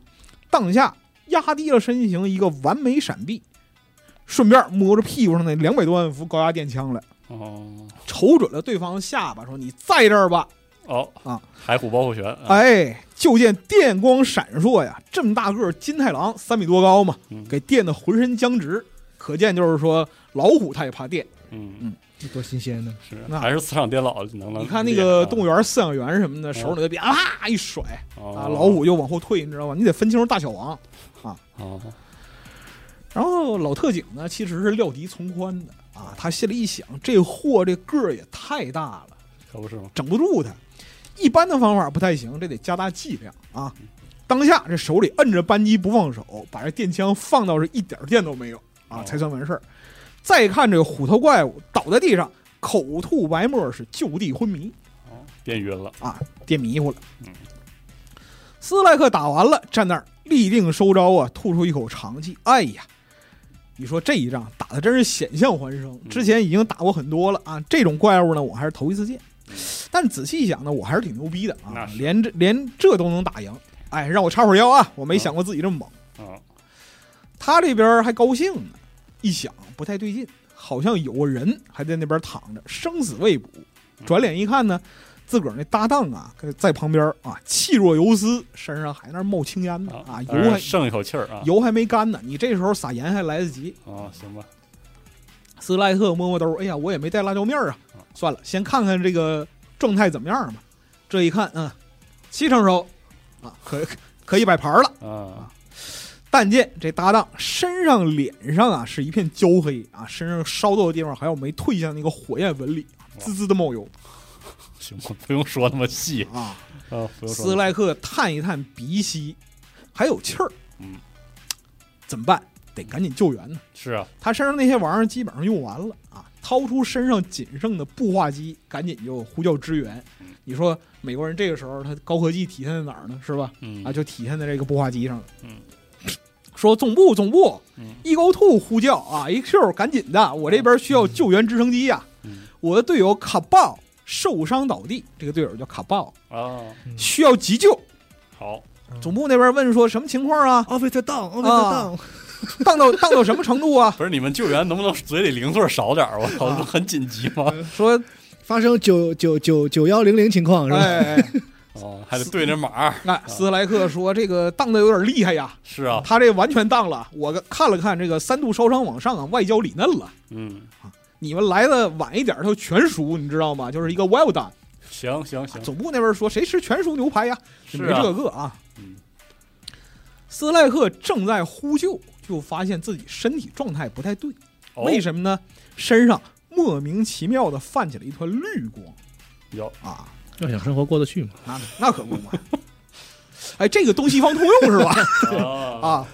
[SPEAKER 3] 当下压低了身形，一个完美闪避，顺便摸着屁股上那两百多万伏高压电枪来，
[SPEAKER 2] 哦，
[SPEAKER 3] 瞅准了对方的下巴，说：“你在这儿吧
[SPEAKER 2] 哦
[SPEAKER 3] 啊，
[SPEAKER 2] 海虎保护拳，！”嗯，
[SPEAKER 3] 哎，就见电光闪烁呀，这么大个儿金太郎三米多高嘛，
[SPEAKER 2] 嗯
[SPEAKER 3] 给电的浑身僵直，可见就是说老虎它也怕电。
[SPEAKER 2] 嗯，
[SPEAKER 1] 这多新鲜呢！
[SPEAKER 2] 是，
[SPEAKER 3] 那
[SPEAKER 2] 还是磁场颠倒能啊能，
[SPEAKER 3] 你看那个动物
[SPEAKER 2] 物
[SPEAKER 3] 园饲养员什么的，手里那鞭啊啪一甩，啊，老，虎就往后退，你知道吗？你得分清楚大小王。
[SPEAKER 2] 哦，
[SPEAKER 3] 然后老特警呢，其实是料敌从宽的啊，他心里一想，这货这个儿也太大了，
[SPEAKER 2] 可不是吗？
[SPEAKER 3] 整不住他。一般的方法不太行，这得加大剂量啊。当下这手里摁着扳机不放手，把这电枪放到是一点儿电都没有啊，
[SPEAKER 2] 哦
[SPEAKER 3] 才算完事儿。再看这个虎头怪物倒在地上，口吐白沫，是就地昏迷。
[SPEAKER 2] 哦，变晕了，
[SPEAKER 3] 啊，跌迷糊了
[SPEAKER 2] 嗯。
[SPEAKER 3] 斯莱克打完了，站那儿立定收招啊，吐出一口长气。哎呀，你说这一仗打的真是险象环生，
[SPEAKER 2] 嗯
[SPEAKER 3] 之前已经打过很多了啊，这种怪物呢我还是头一次见，但仔细一想呢，我还是挺牛逼的啊
[SPEAKER 2] 嗯那，是
[SPEAKER 3] 连这连这都能打赢，哎，让我插会儿腰啊，我
[SPEAKER 2] 嗯
[SPEAKER 3] 没想过自己这么猛。
[SPEAKER 2] 啊，
[SPEAKER 3] 他这边还高兴呢，一想不太对劲，好像有个人还在那边躺着，生死未卜。转脸一看呢，自个儿那搭档啊，在旁边啊，气若游丝，身上还那儿冒青烟呢啊，
[SPEAKER 2] 啊，
[SPEAKER 3] 油还
[SPEAKER 2] 剩一口气儿啊，
[SPEAKER 3] 油还没干呢，你这时候撒盐还来得及。
[SPEAKER 2] 啊，行吧，
[SPEAKER 3] 斯莱特摸摸兜，哎呀，我也没带辣椒面儿啊
[SPEAKER 2] 啊，
[SPEAKER 3] 算了，先看看这个状态怎么样吧。这一看，嗯，七成熟啊，可可以摆盘了。
[SPEAKER 2] 啊，
[SPEAKER 3] 但见这搭档身上、脸上啊是一片焦黑啊，身上烧到的地方还有没退下那个火焰纹理，啊滋滋的冒油
[SPEAKER 2] 行吧，不用说那么细
[SPEAKER 3] 啊。
[SPEAKER 2] 啊，不用
[SPEAKER 3] 斯
[SPEAKER 2] 说那么，
[SPEAKER 3] 莱克探一探鼻息，还有气儿，
[SPEAKER 2] 嗯，
[SPEAKER 3] 怎么办？得赶紧救援呢。
[SPEAKER 2] 是啊，
[SPEAKER 3] 他身上那些玩意儿基本上用完了啊，掏出身上仅剩的步话机，赶紧就呼叫支援。
[SPEAKER 2] 嗯
[SPEAKER 3] 你说美国人这个时候他高科技体现在哪儿呢？是吧？
[SPEAKER 2] 嗯
[SPEAKER 3] 啊，就体现在这个步话机上了。
[SPEAKER 2] 嗯，
[SPEAKER 3] 说总部总部
[SPEAKER 2] 嗯
[SPEAKER 3] ，E Go Two 呼叫啊，E Q 赶紧的，我这边需要救援直升机呀、啊
[SPEAKER 2] 嗯
[SPEAKER 3] 我的队友卡豹受伤倒地，这个队友叫卡豹，
[SPEAKER 2] 啊，
[SPEAKER 1] 嗯
[SPEAKER 3] 需要急救。
[SPEAKER 2] 好，
[SPEAKER 3] 总部那边问说什么情况 啊？
[SPEAKER 1] ，officer down，officer
[SPEAKER 3] 啊
[SPEAKER 1] down，
[SPEAKER 3] 荡到荡到什么程 度啊？
[SPEAKER 2] 不是你们救援能不能嘴里零碎少点儿？我操，
[SPEAKER 3] 啊
[SPEAKER 2] 这很紧急 吗？
[SPEAKER 3] 说
[SPEAKER 1] 发生九九九九幺零零情况是吧？
[SPEAKER 3] 哎哎
[SPEAKER 2] 哦，还得对着码儿，
[SPEAKER 3] 哎，斯莱克说这个荡的有点厉害呀，
[SPEAKER 2] 是啊，
[SPEAKER 3] 他这完全荡了。我看了看这个三度烧伤往上啊，外焦里嫩了。
[SPEAKER 2] 嗯，
[SPEAKER 3] 你们来的晚一点，他就全熟，你知道吗？就是一个 well done。
[SPEAKER 2] 行行行，
[SPEAKER 3] 啊总部那边说谁吃全熟牛排呀？
[SPEAKER 2] 是
[SPEAKER 3] 没
[SPEAKER 2] 啊
[SPEAKER 3] 这，个啊。
[SPEAKER 2] 嗯
[SPEAKER 3] 斯莱克正在呼救，就发现自己身体状态不太对，
[SPEAKER 2] 哦
[SPEAKER 3] 为什么呢？身上莫名其妙的泛起了一团绿光
[SPEAKER 2] 有
[SPEAKER 3] 啊，
[SPEAKER 1] 要想生活过得去嘛，
[SPEAKER 3] 那那可不嘛。哎，这个东西方通用是 吧？
[SPEAKER 2] 啊
[SPEAKER 3] 啊，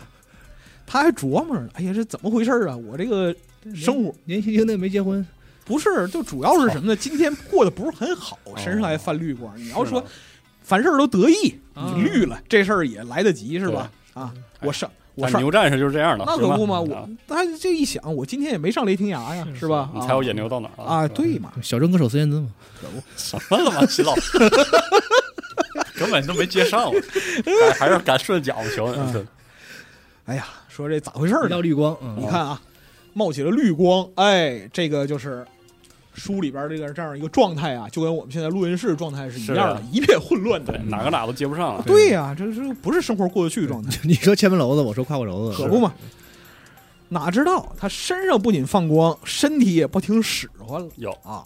[SPEAKER 3] 他还琢磨着呢，哎呀，这怎么回事啊？我这个生活
[SPEAKER 1] 年轻轻的没结婚，
[SPEAKER 3] 不是，就主要是什么呢？今天过得不是很好，身上还泛绿光。你
[SPEAKER 2] 哦
[SPEAKER 3] 要说
[SPEAKER 2] 是啊呢
[SPEAKER 3] 凡事都得意，
[SPEAKER 1] 啊
[SPEAKER 3] 你绿了，这事儿也来得及是吧？啊，
[SPEAKER 2] 哎
[SPEAKER 3] 我上我
[SPEAKER 2] 但
[SPEAKER 3] 上
[SPEAKER 2] 牛战士就是这样的，
[SPEAKER 3] 那
[SPEAKER 2] 行
[SPEAKER 3] 可
[SPEAKER 2] 吧
[SPEAKER 3] 不嘛，
[SPEAKER 2] 啊
[SPEAKER 3] 我他这一想，我今天也没上雷霆崖呀，
[SPEAKER 1] 是
[SPEAKER 3] 是吧？
[SPEAKER 2] 你
[SPEAKER 3] 啊
[SPEAKER 2] 猜我眼牛到哪儿了
[SPEAKER 3] 啊，
[SPEAKER 2] 是吧
[SPEAKER 3] 对嘛，
[SPEAKER 1] 小镇歌手孙燕姿嘛，
[SPEAKER 2] 什么了嘛，齐老师，根本都没接上 我，还还是赶顺脚行。
[SPEAKER 3] 嗯哎呀，说这咋回事儿
[SPEAKER 1] 一道
[SPEAKER 3] 呢？
[SPEAKER 1] 绿光，嗯
[SPEAKER 3] 你看啊，冒起了绿光，哎，这个就是书里边这个这样一个状态啊，就跟我们现在录音室状态是一样的
[SPEAKER 2] 是，啊
[SPEAKER 3] 一片混乱的
[SPEAKER 2] 对，。哪个哪都接不上了。
[SPEAKER 3] 对呀，这这不是生活过得去的状态，
[SPEAKER 1] 你说前门楼子，我说跨过楼子，
[SPEAKER 3] 可不嘛。哪知道他身上不仅放光，身体也不听使唤了
[SPEAKER 2] 有
[SPEAKER 3] 啊！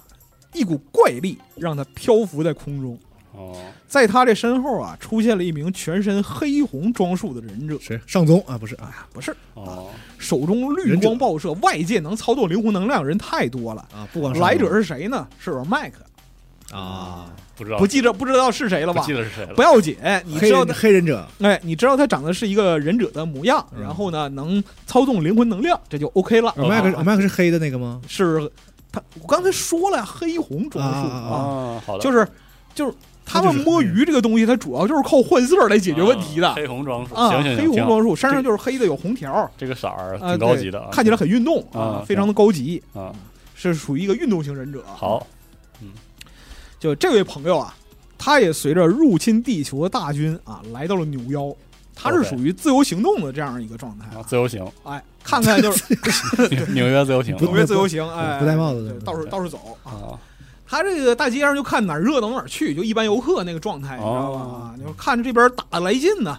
[SPEAKER 3] 一股怪力让他漂浮在空中，
[SPEAKER 2] 哦，
[SPEAKER 3] 在他这身后啊，出现了一名全身黑红装束的忍者，
[SPEAKER 1] 谁上宗啊？不是啊
[SPEAKER 3] 不是，
[SPEAKER 2] 哦，
[SPEAKER 3] 手中绿
[SPEAKER 1] 忍者
[SPEAKER 3] 光爆射，外界能操作灵魂能量的人太多了。
[SPEAKER 1] 啊，不光
[SPEAKER 3] 来者是谁呢？是麦克，
[SPEAKER 1] 啊，
[SPEAKER 2] 不知道，
[SPEAKER 3] 不记着不知道是谁了
[SPEAKER 2] 不
[SPEAKER 3] 吧
[SPEAKER 2] 记？得是谁了
[SPEAKER 3] 不。要紧，你
[SPEAKER 1] 黑
[SPEAKER 3] 知道
[SPEAKER 1] 人
[SPEAKER 3] 他，
[SPEAKER 1] 黑忍者
[SPEAKER 3] 哎，你知道他长得是一个忍者的模样，
[SPEAKER 1] 嗯
[SPEAKER 3] 然后呢，能操纵灵魂能量，这就 OK 了。
[SPEAKER 1] ，Mac
[SPEAKER 2] 哦
[SPEAKER 1] Mac 是黑的那个吗？
[SPEAKER 3] 是他，我刚才说了，黑红装束
[SPEAKER 1] 啊啊
[SPEAKER 2] 啊，好的，
[SPEAKER 3] 就是是就是他们摸鱼这个东西，它主要就是靠换色来解决问题的。
[SPEAKER 2] 黑红装束，
[SPEAKER 3] 啊，
[SPEAKER 2] 行行
[SPEAKER 3] 黑
[SPEAKER 2] 行，
[SPEAKER 3] 红
[SPEAKER 2] 挺好。
[SPEAKER 3] 装束，身上就是黑的，有红条儿，
[SPEAKER 2] 这个色儿
[SPEAKER 3] 啊
[SPEAKER 2] 挺高级的
[SPEAKER 3] 对
[SPEAKER 2] 啊，
[SPEAKER 3] 看起来很运动
[SPEAKER 2] 啊
[SPEAKER 3] 非常的高级，
[SPEAKER 2] 啊，
[SPEAKER 3] 是属于一个运动型忍者。，
[SPEAKER 2] 好，
[SPEAKER 3] 就这位朋友啊，他也随着入侵地球的大军啊，来到了扭腰。他是
[SPEAKER 2] OK
[SPEAKER 3] 属于自由行动的这样一个状态
[SPEAKER 2] 啊
[SPEAKER 3] 啊，
[SPEAKER 2] 自由 行，
[SPEAKER 3] 哎，看 看就是
[SPEAKER 2] 纽约自由行
[SPEAKER 1] 不
[SPEAKER 3] 纽约自由行，哎，
[SPEAKER 1] 不戴帽子的
[SPEAKER 3] 对到处到处走啊。
[SPEAKER 2] 啊，
[SPEAKER 3] 他这个大街上就看哪儿热闹哪儿去，就一般游客那个状
[SPEAKER 2] 哦
[SPEAKER 3] 态，你知道吧？就是看着这边打得来劲呢，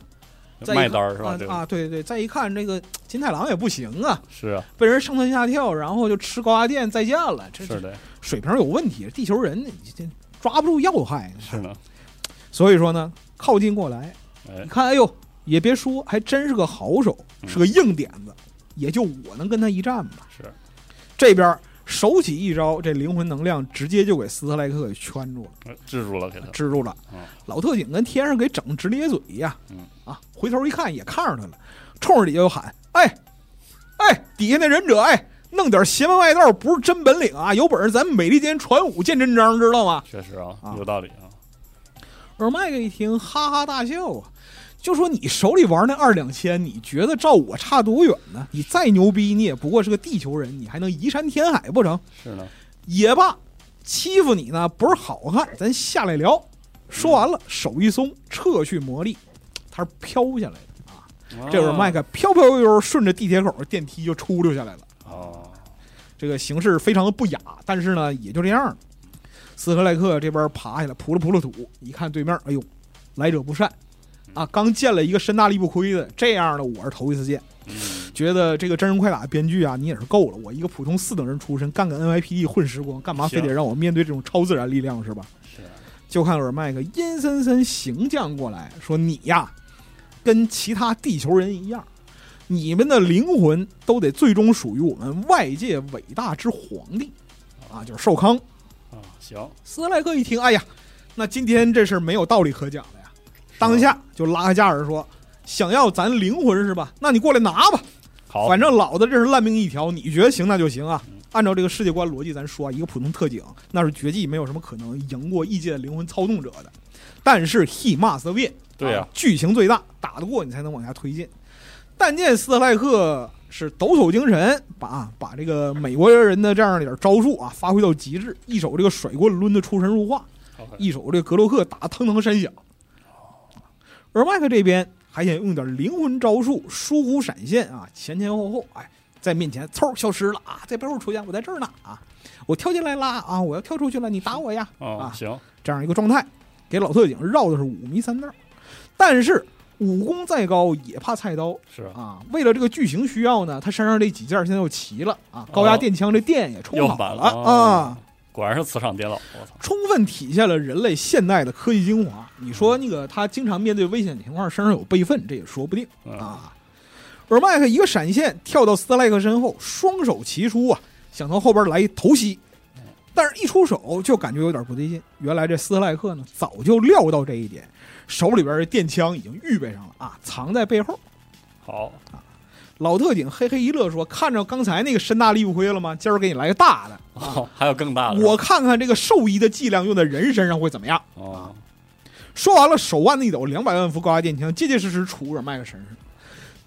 [SPEAKER 3] 再一
[SPEAKER 2] 卖
[SPEAKER 3] 看
[SPEAKER 2] 单儿是吧？
[SPEAKER 3] 啊
[SPEAKER 2] 这个
[SPEAKER 3] 啊，对对，再一看这个金太郎也不行啊，
[SPEAKER 2] 是啊，
[SPEAKER 3] 被人上蹿下跳，然后就吃高压电再见了，这
[SPEAKER 2] 是的，
[SPEAKER 3] 水平有问题，地球人你这抓不住要害。
[SPEAKER 2] 是呢，
[SPEAKER 3] 所以说呢，靠近过来，
[SPEAKER 2] 哎
[SPEAKER 3] 你，看，哎呦，也别说，还真是个好手，
[SPEAKER 2] 嗯
[SPEAKER 3] 是个硬点子，也就我能跟他一战吧。
[SPEAKER 2] 是
[SPEAKER 3] 这边手起一招，这灵魂能量直接就给斯特莱克给圈住了，
[SPEAKER 2] 哎制住了给他，
[SPEAKER 3] 制住了
[SPEAKER 2] 嗯。
[SPEAKER 3] 老特警跟天上给整直咧嘴呀
[SPEAKER 2] 嗯，
[SPEAKER 3] 啊，回头一看也看上他了，冲着底下就喊：“哎，哎，底下那忍者，哎！”弄点邪门外道不是真本领啊！有本事咱美利坚传武见真章，知道吗？
[SPEAKER 2] 确实啊
[SPEAKER 3] 啊，
[SPEAKER 2] 有道理啊，
[SPEAKER 3] 而麦克一听，哈哈大笑啊，就说你手里玩那二两千，你觉得照我差多远呢？你再牛逼，你也不过是个地球人，你还能移山填海不成？
[SPEAKER 2] 是呢，
[SPEAKER 3] 也罢，欺负你呢不是好汉，咱下来聊。说完了，手一松，撤去魔力，他是飘下来的啊！这
[SPEAKER 2] 哦
[SPEAKER 3] 会儿麦克飘飘悠悠顺着地铁口的电梯就出溜下来了。
[SPEAKER 2] 哦，
[SPEAKER 3] 这个形式非常的不雅，但是呢，也就这样了。斯克莱克这边爬下来，扑了扑了土，一看对面，哎呦，来者不善啊！刚见了一个身大力不亏的，这样的我是头一次见。
[SPEAKER 2] 嗯
[SPEAKER 3] 觉得这个真人快打的编剧啊，你也是够了。我一个普通四等人出身，干个 NYPD 混时光，干嘛非得
[SPEAKER 2] 行
[SPEAKER 3] 让我面对这种超自然力量是吧？
[SPEAKER 2] 是啊
[SPEAKER 3] 就看尔麦克阴森森行将过来，说：“你呀，跟其他地球人一样，你们的灵魂都得最终属于我们外界伟大之皇帝，啊，就是寿康。
[SPEAKER 2] 啊，行，”
[SPEAKER 3] 斯莱克一听，哎呀，那今天这事儿没有道理可讲了呀，当下就拉开架势说：“想要咱灵魂是吧？那你过来拿吧。”
[SPEAKER 2] 好，
[SPEAKER 3] 反正老子这是烂命一条，你觉得行那就行啊。按照这个世界观逻辑，咱说啊，一个普通特警那是绝技，没有什么可能赢过异界的灵魂操纵者的。但是 he must win，
[SPEAKER 2] 对呀
[SPEAKER 3] 啊，剧情最大，打得过你才能往下推进。但见斯特赖克是抖擞精神，把把这个美国人的这样一点招数啊发挥到极致，一手这个甩棍抡得出神入化，
[SPEAKER 2] 好
[SPEAKER 3] 一手这格洛克打得腾腾山响。而麦克这边还想用点灵魂招数，疏忽闪现啊，前前后后，哎，在面前嗖消失了啊，在背后出现，我在这儿呢啊，我跳进来啦啊，我要跳出去了，你打我呀，
[SPEAKER 2] 啊，
[SPEAKER 3] 啊
[SPEAKER 2] 行，
[SPEAKER 3] 这样一个状态，给老特警绕的是五迷三道。但是武功再高也怕菜刀
[SPEAKER 2] 是啊
[SPEAKER 3] 啊，为了这个剧情需要呢，他身上这几件现在又齐了啊，高压
[SPEAKER 2] 哦
[SPEAKER 3] 电枪这电也充
[SPEAKER 2] 又
[SPEAKER 3] 满
[SPEAKER 2] 满了哦
[SPEAKER 3] 啊。
[SPEAKER 2] 果然是磁场颠倒，我操，
[SPEAKER 3] 充分体现了人类现代的科技精华。你
[SPEAKER 2] 嗯
[SPEAKER 3] 说那个他经常面对危险情况，身上有备份，这也说不定
[SPEAKER 2] 嗯
[SPEAKER 3] 啊。尔麦克一个闪现跳到斯特赖克身后，双手齐出啊，想从后边来一头袭，
[SPEAKER 2] 嗯
[SPEAKER 3] 但是一出手就感觉有点不对劲。原来这斯特赖克呢，早就料到这一点，手里边的电枪已经预备上了啊，藏在背后。
[SPEAKER 2] 好，
[SPEAKER 3] 啊老特警嘿嘿一乐说：“看着刚才那个身大力不亏了吗？今儿给你来个大的，
[SPEAKER 2] 哦还有更大的，
[SPEAKER 3] 我看看这个兽医的剂量用在人身上会怎么样。”
[SPEAKER 2] 哦，
[SPEAKER 3] 说完了，手腕子一抖，两百万伏高压电枪结结实实杵着麦克身上，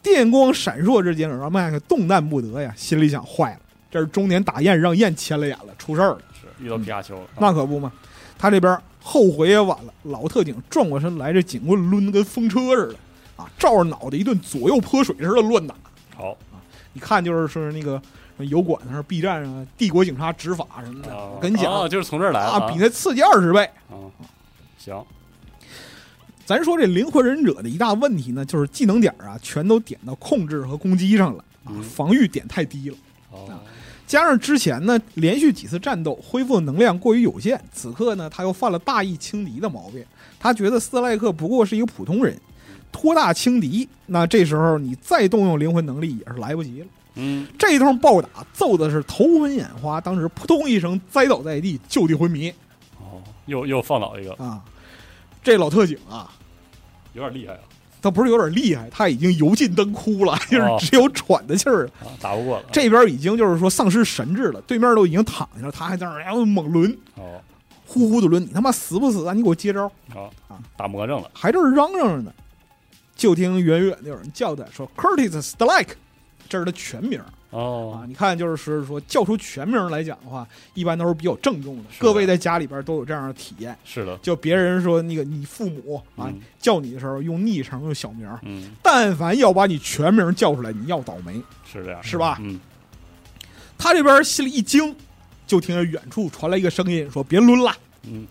[SPEAKER 3] 电光闪烁之间，让麦克动弹不得呀。心里想：坏了，这是中年打雁让雁牵了眼了，出事儿了。
[SPEAKER 2] 是遇到皮卡丘了，啊
[SPEAKER 3] 那可不嘛，他这边后悔也晚了。老特警转过身来，这警棍抡得跟风车似的啊，照着脑袋一顿左右泼水似的乱打。
[SPEAKER 2] 好，
[SPEAKER 3] 一看就是是那个油管上、B 站上、帝国警察执法什么的。
[SPEAKER 2] 啊
[SPEAKER 3] 我跟你讲
[SPEAKER 2] 啊就是从这儿来
[SPEAKER 3] 啊，
[SPEAKER 2] 的，
[SPEAKER 3] 比那刺激二十倍！
[SPEAKER 2] 啊，行，
[SPEAKER 3] 咱说这灵魂忍者的一大问题呢，就是技能点儿啊，全都点到控制和攻击上了啊，
[SPEAKER 2] 嗯
[SPEAKER 3] 防御点太低了。
[SPEAKER 2] 哦，
[SPEAKER 3] 啊加上之前呢，连续几次战斗恢复能量过于有限，此刻呢他又犯了大义轻敌的毛病。他觉得斯特赖克不过是一个普通人，托大轻敌，那这时候你再动用灵魂能力也是来不及了。
[SPEAKER 2] 嗯，
[SPEAKER 3] 这一通暴打揍的是头昏眼花，当时扑通一声栽倒在地，就地昏迷
[SPEAKER 2] 哦，又又放倒一个，
[SPEAKER 3] 啊！这老特警啊，
[SPEAKER 2] 有点厉害啊，
[SPEAKER 3] 他不是有点厉害，他已经油尽灯枯了，
[SPEAKER 2] 哦
[SPEAKER 3] 就是只有喘的气儿了。
[SPEAKER 2] 啊，打不过了，
[SPEAKER 3] 这边已经就是说丧失神智了，对面都已经躺下了，他还在那儿哎呦猛抡，
[SPEAKER 2] 哦，
[SPEAKER 3] 呼呼的抡，你他妈死不死啊？你给我接招！
[SPEAKER 2] 好
[SPEAKER 3] 啊，
[SPEAKER 2] 打魔怔了，
[SPEAKER 3] 还这儿嚷嚷着呢。就听远远的有人叫他说：“Curtis Strike，这是他全名啊
[SPEAKER 2] 哦。，
[SPEAKER 3] 你看，就是说叫出全名来讲的话，一般都是比较郑重的。
[SPEAKER 2] 是的
[SPEAKER 3] 各位在家里边都有这样的体验，
[SPEAKER 2] 是的，
[SPEAKER 3] 就别人说那个你父母啊、
[SPEAKER 2] 嗯
[SPEAKER 3] 叫你的时候用昵称用小名，
[SPEAKER 2] 嗯，
[SPEAKER 3] 但凡要把你全名叫出来，你要倒霉，
[SPEAKER 2] 是这样，
[SPEAKER 3] 是吧？
[SPEAKER 2] 嗯，
[SPEAKER 3] 他这边心里一惊，就听见远处传来一个声音说：“别抡了，
[SPEAKER 2] 嗯，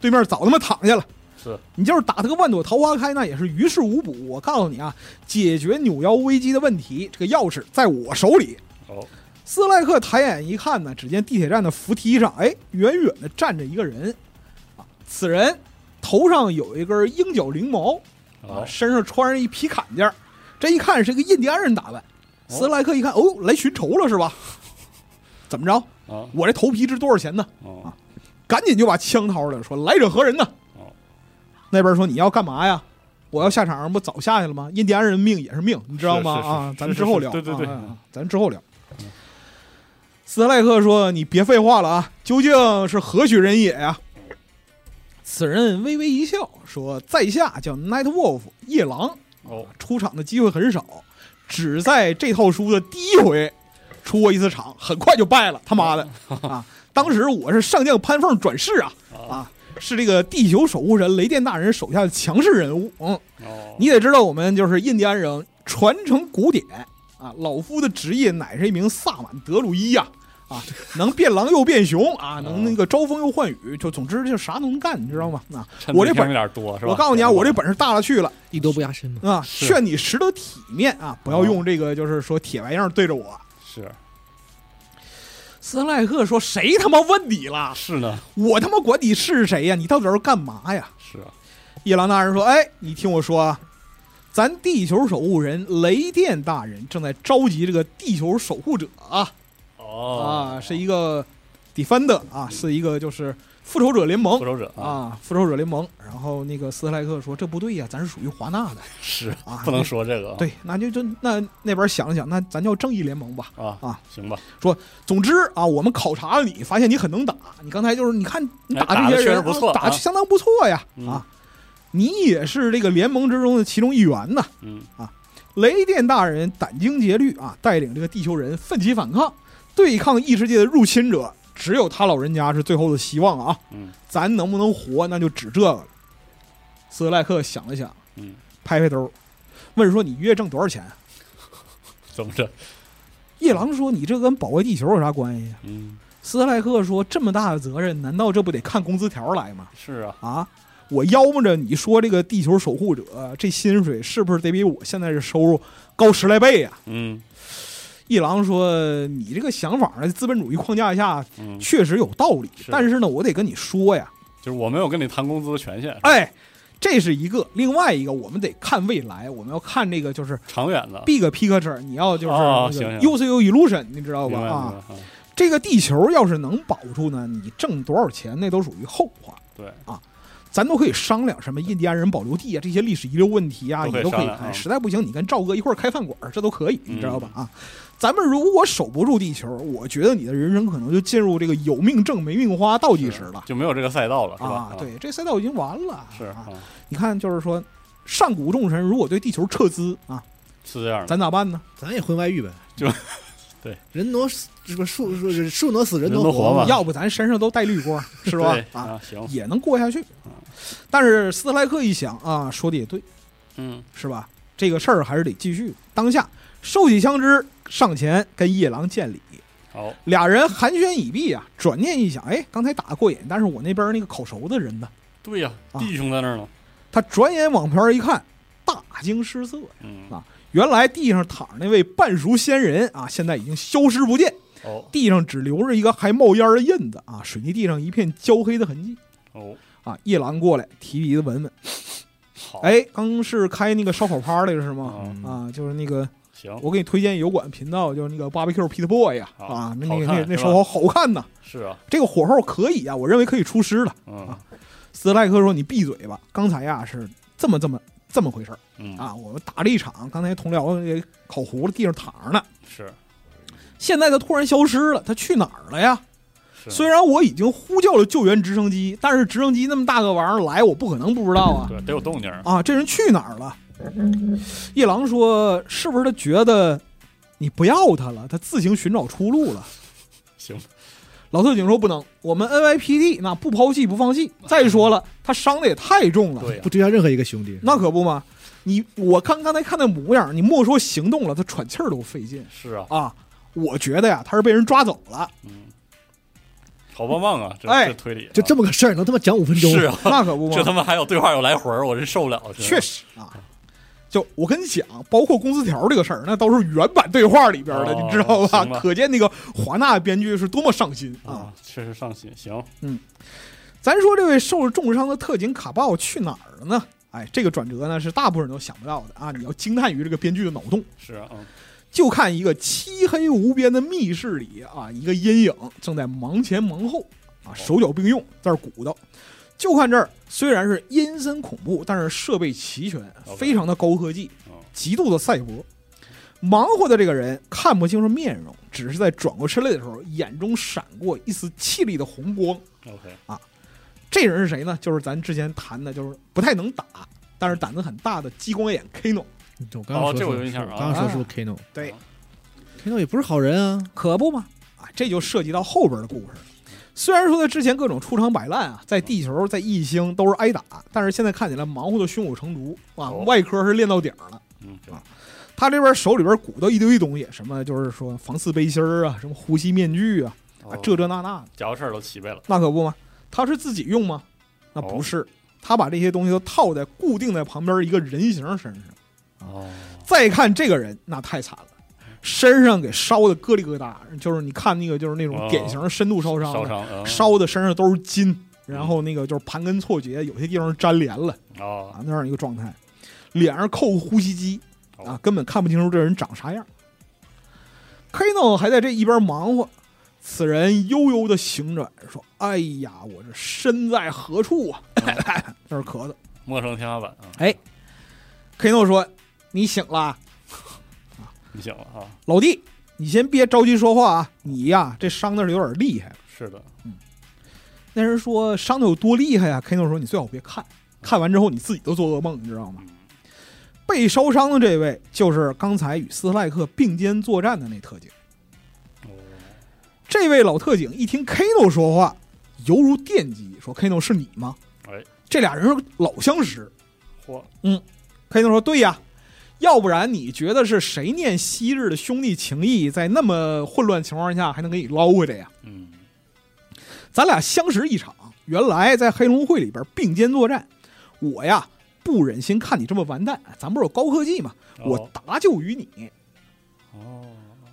[SPEAKER 3] 对面早他妈躺下了。”
[SPEAKER 2] 是，
[SPEAKER 3] 你就是打他个万朵桃花开，那也是于事无补。我告诉你啊，解决扭腰危机的问题，这个钥匙在我手里。
[SPEAKER 2] 哦，
[SPEAKER 3] 斯莱克抬眼一看呢，只见地铁站的扶梯上，哎，远远的站着一个人，啊，此人头上有一根鹰角翎毛，啊，
[SPEAKER 2] 哦，
[SPEAKER 3] 身上穿着一皮坎肩儿，这一看是个印第安人打扮。斯莱克一看，哦，来寻仇了是吧？怎么着？
[SPEAKER 2] 啊，
[SPEAKER 3] 我这头皮值多少钱呢？
[SPEAKER 2] 哦，
[SPEAKER 3] 赶紧就把枪掏出来，说：“来者何人呢
[SPEAKER 2] 哦？”
[SPEAKER 3] 那边说：“你要干嘛呀？我要下场，不早下去了吗？印第安人命也是命，你知道吗？
[SPEAKER 2] 是是是
[SPEAKER 3] 啊，
[SPEAKER 2] 是
[SPEAKER 3] 咱们之后聊。
[SPEAKER 2] 是是对对对
[SPEAKER 3] 啊啊啊咱们之后聊。”斯莱克说：“你别废话了啊，究竟是何许人也呀、此人微微一笑，说：“在下叫 Night Wolf 夜狼
[SPEAKER 2] 哦，
[SPEAKER 3] 出场的机会很少，只在这套书的第一回出过一次场，很快就败了。他妈的
[SPEAKER 2] 哦
[SPEAKER 3] 啊！当时我是上将潘凤转世啊啊，是这个地球守护神雷电大人手下的强势人物。嗯，
[SPEAKER 2] 哦，
[SPEAKER 3] 你得知道，我们就是印第安人传承古典啊，老夫的职业乃是一名萨满德鲁伊呀、啊，能变狼又变熊啊，能
[SPEAKER 2] 哦
[SPEAKER 3] 那个招风又唤雨，就总之就啥都能干，你知道吗？啊，
[SPEAKER 2] 趁
[SPEAKER 3] 我这
[SPEAKER 2] 对象
[SPEAKER 3] 本
[SPEAKER 2] 有点多是吧？
[SPEAKER 3] 我告诉你啊，我这本事大了去了。
[SPEAKER 1] 艺多不压身嘛。
[SPEAKER 3] 啊，
[SPEAKER 2] 是
[SPEAKER 3] 劝你识得体面啊，不要
[SPEAKER 2] 哦
[SPEAKER 3] 用这个就是说铁玩意儿对着我。
[SPEAKER 2] 是
[SPEAKER 3] 斯莱克说：“谁他妈问你了？
[SPEAKER 2] 是呢，
[SPEAKER 3] 我他妈管你是谁呀？你到底是干嘛呀
[SPEAKER 2] 是啊，？”
[SPEAKER 3] 夜郎大人说：“哎，你听我说啊，咱地球守护人雷电大人正在召集这个地球守护者啊，
[SPEAKER 2] 哦
[SPEAKER 3] 啊，是一个 defender 啊，是一个就是复仇者联
[SPEAKER 2] 复
[SPEAKER 3] 盟。”
[SPEAKER 2] 仇者，
[SPEAKER 3] 啊，复仇者联盟。然后那个斯莱克说：“这不对呀、咱是属于华纳的
[SPEAKER 2] 是
[SPEAKER 3] 啊，
[SPEAKER 2] 不能说这个啊，
[SPEAKER 3] 对，那就就那那边想了想，那咱叫正义联盟吧。
[SPEAKER 2] 啊
[SPEAKER 3] 啊，
[SPEAKER 2] 行吧，
[SPEAKER 3] 总之啊，我们考察了你，发现你很能打。你刚才就是你看你
[SPEAKER 2] 哎打
[SPEAKER 3] 这
[SPEAKER 2] 得
[SPEAKER 3] 些
[SPEAKER 2] 确
[SPEAKER 3] 人
[SPEAKER 2] 实不错
[SPEAKER 3] 啊打
[SPEAKER 2] 啊
[SPEAKER 3] 得相当不错呀
[SPEAKER 2] 嗯
[SPEAKER 3] 啊！你也是这个联盟之中的其中一员呐。
[SPEAKER 2] 嗯，
[SPEAKER 3] 雷电大人殚精竭虑啊，带领这个地球人奋起反抗，对抗异世界的入侵者。只有他老人家是最后的希望啊！
[SPEAKER 2] 嗯
[SPEAKER 3] 咱能不能活，那就指这个了。斯莱克想了想，
[SPEAKER 2] 嗯，
[SPEAKER 3] 拍拍兜，问说：“你月挣多少钱啊？”
[SPEAKER 2] 怎么 着？
[SPEAKER 3] 夜郎说：“你这跟保卫地球有啥关系啊？”
[SPEAKER 2] 嗯，
[SPEAKER 3] 斯莱克说：“这么大的责任，难道这不得看工资条来吗？
[SPEAKER 2] 是啊，
[SPEAKER 3] 啊，我妖摸着你说这个地球守护者这薪水是不是得比我现在这收入高十来倍呀、
[SPEAKER 2] 嗯
[SPEAKER 3] 一郎说：“你这个想法呢，资本主义框架下
[SPEAKER 2] 嗯，
[SPEAKER 3] 确实有道理，
[SPEAKER 2] 是
[SPEAKER 3] 但是呢，我得跟你说呀，
[SPEAKER 2] 就是我没有跟你谈工资的权限，
[SPEAKER 3] 哎，这是一个，另外一个我们得看未来，我们要看这个就是
[SPEAKER 2] 长远的，
[SPEAKER 3] big picture，你要就是
[SPEAKER 2] 哦
[SPEAKER 3] 那
[SPEAKER 2] 行
[SPEAKER 3] 个
[SPEAKER 2] 行
[SPEAKER 3] UCU illusion，你知道
[SPEAKER 2] 明
[SPEAKER 3] 吧？
[SPEAKER 2] 白明
[SPEAKER 3] 啊，
[SPEAKER 2] 白啊，
[SPEAKER 3] 这个地球要是能保住呢，你挣多少钱那都属于后话。”
[SPEAKER 2] 对，
[SPEAKER 3] 咱都可以商量什么印第安人保留地啊，这些历史遗留问题啊，
[SPEAKER 2] 都可
[SPEAKER 3] 你
[SPEAKER 2] 以
[SPEAKER 3] 都可
[SPEAKER 2] 商
[SPEAKER 3] 以
[SPEAKER 2] 量
[SPEAKER 3] 谈。
[SPEAKER 2] 啊
[SPEAKER 3] 实在不行，你跟赵哥一块儿开饭馆儿，这都可以，
[SPEAKER 2] 嗯
[SPEAKER 3] 你知道吧？啊，咱们如果守不住地球，我觉得你的人生可能就进入这个有命挣没命花倒计时了
[SPEAKER 2] 就没有这个赛道了，是吧？
[SPEAKER 3] 啊！，对，这赛道已经完了。
[SPEAKER 2] 是
[SPEAKER 3] 啊，
[SPEAKER 2] 啊，
[SPEAKER 3] 你看，就是说，上古众神如果对地球撤资啊，
[SPEAKER 2] 嗯是这样的，
[SPEAKER 3] 咱咋办呢？
[SPEAKER 1] 咱也婚外遇呗，
[SPEAKER 2] 就对
[SPEAKER 1] 人挪死这个树树树挪死人
[SPEAKER 2] 人挪活
[SPEAKER 1] 嘛
[SPEAKER 2] 啊嘛
[SPEAKER 3] 要不咱身上都带绿光，是吧
[SPEAKER 2] 对？嗯
[SPEAKER 3] 啊，
[SPEAKER 2] 啊，行，
[SPEAKER 3] 也能过下去。但是斯莱克一想啊，说的也对。
[SPEAKER 2] 嗯，
[SPEAKER 3] 是吧？这个事儿还是得继续。当下收起枪支，上前跟夜郎见礼。
[SPEAKER 2] 好，
[SPEAKER 3] 俩人寒暄已毕啊，转念一想，哎，刚才打得过瘾，但是我那边那个烤熟的人呢？
[SPEAKER 2] 对呀，
[SPEAKER 3] 啊
[SPEAKER 2] 弟兄在那儿呢，
[SPEAKER 3] 他转眼往旁边一看，大惊失色呀！
[SPEAKER 2] 嗯
[SPEAKER 3] 啊，原来地上躺着那位半熟仙人啊，现在已经消失不见，
[SPEAKER 2] 哦
[SPEAKER 3] 地上只留着一个还冒烟的印子啊，水泥地上一片焦黑的痕迹
[SPEAKER 2] 哦，
[SPEAKER 3] 啊。夜郎过来提鼻子闻闻，
[SPEAKER 2] 好，，
[SPEAKER 3] 哎，刚是开那个烧烤趴来着是吗？
[SPEAKER 2] 嗯，
[SPEAKER 3] 啊，就是那个
[SPEAKER 2] 行，
[SPEAKER 3] 我给你推荐油管频道，就是那个 BBQ Pit Boy 呀、
[SPEAKER 2] 好
[SPEAKER 3] 啊，那
[SPEAKER 2] 好
[SPEAKER 3] 那
[SPEAKER 2] 看是吧
[SPEAKER 3] 那那烧烤好看呐，
[SPEAKER 2] 是啊，
[SPEAKER 3] 这个火候可以啊，我认为可以出师了。
[SPEAKER 2] 嗯
[SPEAKER 3] 斯莱克说：“你闭嘴吧，刚才呀是这么这么这么回事儿
[SPEAKER 2] 嗯，
[SPEAKER 3] 啊，我们打了一场，刚才同僚给烤糊了，地上躺着呢，
[SPEAKER 2] 是
[SPEAKER 3] 现在他突然消失了，他去哪儿了呀？
[SPEAKER 2] 是，
[SPEAKER 3] 虽然我已经呼叫了救援直升机，但是直升机那么大个玩意儿来，我不可能不知道啊
[SPEAKER 2] 对，得有动静儿，
[SPEAKER 3] 啊，这人去哪儿了？”夜郎说：“是不是他觉得你不要他了，他自行寻找出路了？”
[SPEAKER 2] 行，
[SPEAKER 3] 老特警说不能，我们 NYPD 那不抛弃不放弃。再说了，他伤的也太重了，
[SPEAKER 2] 对呀
[SPEAKER 1] 不，追杀任何一个兄弟。
[SPEAKER 3] 那可不嘛。你我看刚才看那模样，你莫说行动了，他喘气儿都费劲
[SPEAKER 2] 是啊，
[SPEAKER 3] 啊。我觉得呀，他是被人抓走了，
[SPEAKER 2] 嗯，好棒棒啊，这
[SPEAKER 3] 哎
[SPEAKER 2] 这推理啊，
[SPEAKER 1] 就这么个事儿，能他妈讲五分钟？
[SPEAKER 2] 是啊，
[SPEAKER 3] 那可不
[SPEAKER 2] 这
[SPEAKER 3] 嘛，
[SPEAKER 2] 他妈还有对话有来回儿，我真受不了，
[SPEAKER 3] 确实啊。就我跟你讲，包括工资条这个事儿，那都是原版对话里边的，
[SPEAKER 2] 哦
[SPEAKER 3] 你知道吧
[SPEAKER 2] 行？吧
[SPEAKER 3] 可见那个华纳编剧是多么上心啊！
[SPEAKER 2] 啊，确实上心，行，
[SPEAKER 3] 咱说这位受了重伤的特警卡鲍去哪儿了呢？哎，这个转折呢是大部分人都想不到的啊！你要惊叹于这个编剧的脑洞。
[SPEAKER 2] 是啊，嗯
[SPEAKER 3] 就看一个漆黑无边的密室里啊，一个阴影正在忙前忙后啊，手脚并用在这儿鼓捣。就看这儿，虽然是阴森恐怖，但是设备齐全，
[SPEAKER 2] OK
[SPEAKER 3] 非常的高科技
[SPEAKER 2] 嗯，
[SPEAKER 3] 极度的赛博。忙活的这个人看不清楚面容，只是在转过身来的时候，眼中闪过一丝凄厉的红光。
[SPEAKER 2] ，OK，
[SPEAKER 3] 这人是谁呢？就是咱之前谈的，就是不太能打，但是胆子很大的激光眼 Kano
[SPEAKER 1] 我刚刚
[SPEAKER 2] 哦
[SPEAKER 1] 说
[SPEAKER 2] 这我有
[SPEAKER 1] 是
[SPEAKER 2] 印象
[SPEAKER 1] 我
[SPEAKER 2] 啊
[SPEAKER 1] 刚刚说是不是 Kano？Kano
[SPEAKER 3] 对，
[SPEAKER 1] 也不是好人啊，
[SPEAKER 3] 可不嘛啊，这就涉及到后边的故事了。虽然说他之前各种出场摆烂啊，在地球、在异星都是挨打，但是现在看起来忙活的胸有成竹啊，
[SPEAKER 2] 哦
[SPEAKER 3] 外科是练到顶儿了。
[SPEAKER 2] 嗯，
[SPEAKER 3] 啊他这边手里边鼓捣一堆东西，什么就是说防刺背心儿啊，什么呼吸面具啊，啊
[SPEAKER 2] 哦
[SPEAKER 3] 这这那那的，
[SPEAKER 2] 假如事儿都齐备了，
[SPEAKER 3] 那可不嘛。他是自己用吗？那不是，他把这些东西都套在固定在旁边一个人形身上。
[SPEAKER 2] 哦，
[SPEAKER 3] 再看这个人，那太惨了，身上给烧的疙里疙瘩，就是你看那个就是那种
[SPEAKER 2] 哦
[SPEAKER 3] 典型深度烧伤的，
[SPEAKER 2] 烧伤，嗯
[SPEAKER 3] 烧的身上都是筋，然后那个就是盘根错节，有些地方粘连了
[SPEAKER 2] 哦，
[SPEAKER 3] 啊，那样一个状态，脸上扣呼吸机啊
[SPEAKER 2] 哦，
[SPEAKER 3] 根本看不清楚这人长啥样。Kano 还在这一边忙活，此人悠悠的行转，说：“哎呀，我这身在何处啊？”
[SPEAKER 2] 哦
[SPEAKER 3] 那是咳嗽。
[SPEAKER 2] 陌生天花板
[SPEAKER 3] 哎
[SPEAKER 2] 啊，
[SPEAKER 3] Kano 说：“你醒了啊，
[SPEAKER 2] 你醒了啊？
[SPEAKER 3] 老弟，你先别着急说话啊，你呀这伤的是有点厉害。”
[SPEAKER 2] 是的，
[SPEAKER 3] 那人说伤的有多厉害啊？Kano 说你最好别看，看完之后你自己都做噩梦，你知道吗？被烧伤的这位就是刚才与斯莱克并肩作战的那特警。
[SPEAKER 2] 哦，
[SPEAKER 3] 这位老特警一听 Kano 说话，犹如电击，说 Kano 是你吗？
[SPEAKER 2] 哎，
[SPEAKER 3] 这俩人是老相识。
[SPEAKER 2] 嚯，
[SPEAKER 3] Kano 说对呀，要不然你觉得是谁念昔日的兄弟情谊，在那么混乱情况下还能给你捞回来呀？
[SPEAKER 2] 嗯，
[SPEAKER 3] 咱俩相识一场，原来在黑龙会里边并肩作战，我呀不忍心看你这么完蛋，咱不是有高科技嘛，我
[SPEAKER 2] 哦
[SPEAKER 3] 搭救于你。
[SPEAKER 2] 哦，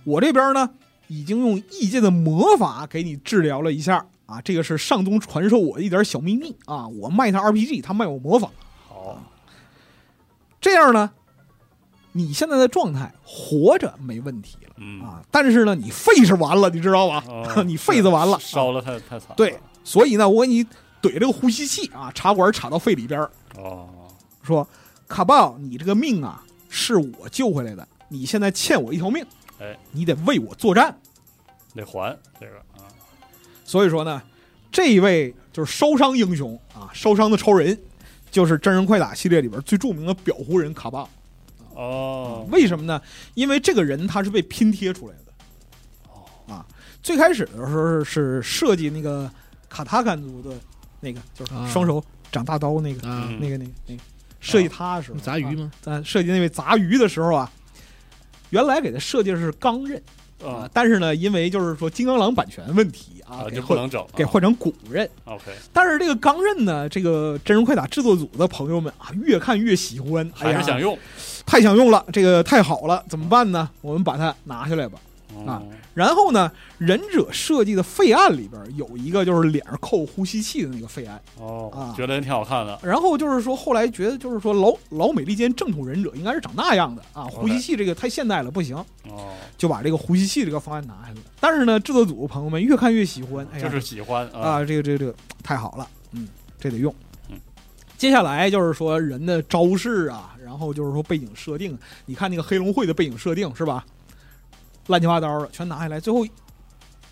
[SPEAKER 3] 我这边呢已经用异界的魔法给你治疗了一下啊，这个是上东传授我的一点小秘密啊，我卖他 RPG，他卖我魔法，
[SPEAKER 2] 好，
[SPEAKER 3] 这样呢，你现在的状态活着没问题了。
[SPEAKER 2] 嗯，
[SPEAKER 3] 啊，但是呢，你肺是完了，你知道吧？
[SPEAKER 2] 哦
[SPEAKER 3] 你肺子完了，
[SPEAKER 2] 烧了太太惨了，
[SPEAKER 3] 对，所以呢，我给你怼这个呼吸器啊，插管插到肺里边儿，
[SPEAKER 2] 哦，
[SPEAKER 3] 说：“卡豹，你这个命啊，是我救回来的，你现在欠我一条命，
[SPEAKER 2] 哎，
[SPEAKER 3] 你得为我作战。
[SPEAKER 2] 得还这个啊，”
[SPEAKER 3] 所以说呢，这一位就是烧伤英雄啊，烧伤的超人，就是真人快打系列里边最著名的裱糊人卡豹。
[SPEAKER 2] 哦，
[SPEAKER 3] 为什么呢？因为这个人他是被拼贴出来的。
[SPEAKER 2] 哦
[SPEAKER 3] 啊，最开始的时候是设计那个卡塔干族的那个，就是
[SPEAKER 1] 啊
[SPEAKER 3] 双手长大刀那个。
[SPEAKER 1] 啊，
[SPEAKER 2] 嗯
[SPEAKER 3] 那个那个那个设计他的时候，
[SPEAKER 1] 杂鱼
[SPEAKER 3] 啊，
[SPEAKER 1] 吗？
[SPEAKER 3] 咱设计那位杂鱼的时候啊，原来给他设计的是钢刃啊
[SPEAKER 2] 啊，，
[SPEAKER 3] 但是呢，因为就是说金刚狼版权问题
[SPEAKER 2] 啊
[SPEAKER 3] 啊，给
[SPEAKER 2] 就不
[SPEAKER 3] 换
[SPEAKER 2] 能整啊，
[SPEAKER 3] 给换成骨刃。
[SPEAKER 2] OK，
[SPEAKER 3] 但是这个钢刃呢，这个真人快打制作组的朋友们啊，越看越喜欢，哎
[SPEAKER 2] 还
[SPEAKER 3] 呀，
[SPEAKER 2] 是想用
[SPEAKER 3] 太想用了，这个太好了，怎么办呢？我们把它拿下来吧。啊
[SPEAKER 2] 嗯
[SPEAKER 3] 然后呢，忍者设计的废案里边有一个就是脸上扣呼吸器的那个废案。
[SPEAKER 2] 哦
[SPEAKER 3] 啊，
[SPEAKER 2] 觉得也挺好看的，
[SPEAKER 3] 然后就是说，后来觉得就是说老老美利坚正统忍者应该是长那样的啊，
[SPEAKER 2] OK
[SPEAKER 3] 呼吸器这个太现代了，不行，
[SPEAKER 2] 哦，
[SPEAKER 3] 就把这个呼吸器这个方案拿下来。但是呢，制作组朋友们越看越喜欢，哎呀，
[SPEAKER 2] 就是喜欢啊，
[SPEAKER 3] 啊，这个这个这个太好了，嗯，这得用。
[SPEAKER 2] 嗯
[SPEAKER 3] 接下来就是说人的招式啊，然后就是说背景设定，你看那个黑龙会的背景设定是吧？乱七八糟的全拿下来，最后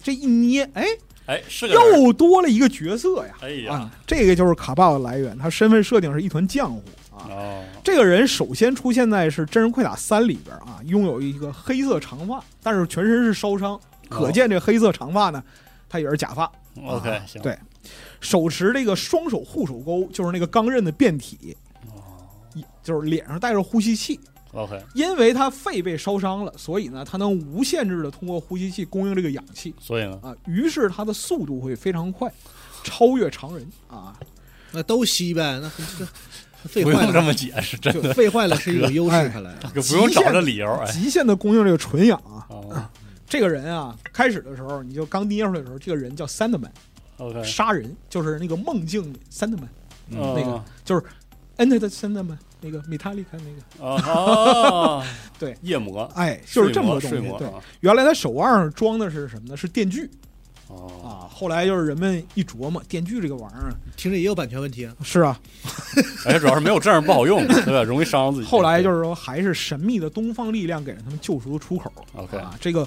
[SPEAKER 3] 这一捏，哎，
[SPEAKER 2] 哎，是个人，
[SPEAKER 3] 又多了一个角色呀。
[SPEAKER 2] 哎呀，
[SPEAKER 3] 啊，这个就是卡巴的来源，他身份设定是一团浆糊啊。
[SPEAKER 2] 哦，
[SPEAKER 3] 这个人首先出现在是《真人快打三》里边啊，拥有一个黑色长发，但是全身是烧伤，可见这黑色长发呢，它也是假发。
[SPEAKER 2] OK，行，
[SPEAKER 3] 啊对手持这个双手护手钩，就是那个钢刃的变体，一就是脸上带着呼吸器。
[SPEAKER 2] ，OK，
[SPEAKER 3] 因为他肺被烧伤了，所以呢，他能无限制的通过呼吸器供应这个氧气。
[SPEAKER 2] 所以呢，
[SPEAKER 3] 啊，于是它的速度会非常快，超越常人啊。
[SPEAKER 1] 那都吸呗，那 这肺
[SPEAKER 2] 不
[SPEAKER 1] 坏
[SPEAKER 2] 用这
[SPEAKER 1] 了，
[SPEAKER 2] 么解释，真的，
[SPEAKER 1] 肺坏了是一种优势
[SPEAKER 3] 哎，
[SPEAKER 1] 看来
[SPEAKER 2] 可不用
[SPEAKER 3] 极限
[SPEAKER 2] 找这理由，哎，
[SPEAKER 3] 极限的供应这个纯氧啊。
[SPEAKER 2] 哦
[SPEAKER 3] 这个人啊，开始的时候你就刚捏出来的时候，这个人叫 Sandman，
[SPEAKER 2] ，OK，
[SPEAKER 3] 杀人就是那个梦境里 Sandman，
[SPEAKER 2] 那
[SPEAKER 3] 嗯那个 Enter the Sandman 那个 Metallica 那个，
[SPEAKER 2] 哦，
[SPEAKER 3] 啊对，
[SPEAKER 2] 嗯夜魔
[SPEAKER 3] 哎，就是这么个东
[SPEAKER 2] 啊睡
[SPEAKER 3] 西。
[SPEAKER 2] 魔，睡
[SPEAKER 3] 对，
[SPEAKER 2] 魔啊
[SPEAKER 3] 原来他手腕上装的是什么呢？是电锯
[SPEAKER 2] 哦，
[SPEAKER 3] 啊。后来就是人们一琢磨，电锯这个玩意
[SPEAKER 2] 嗯
[SPEAKER 3] 儿
[SPEAKER 1] 听着也有版权问题啊。
[SPEAKER 3] 是啊。
[SPEAKER 2] 哎，主要是没有证儿不好用，对吧？容易伤着自己。
[SPEAKER 3] 后来就是说，还是神秘的东方力量给了他们救赎的出口。
[SPEAKER 2] OK，嗯
[SPEAKER 3] 啊，这个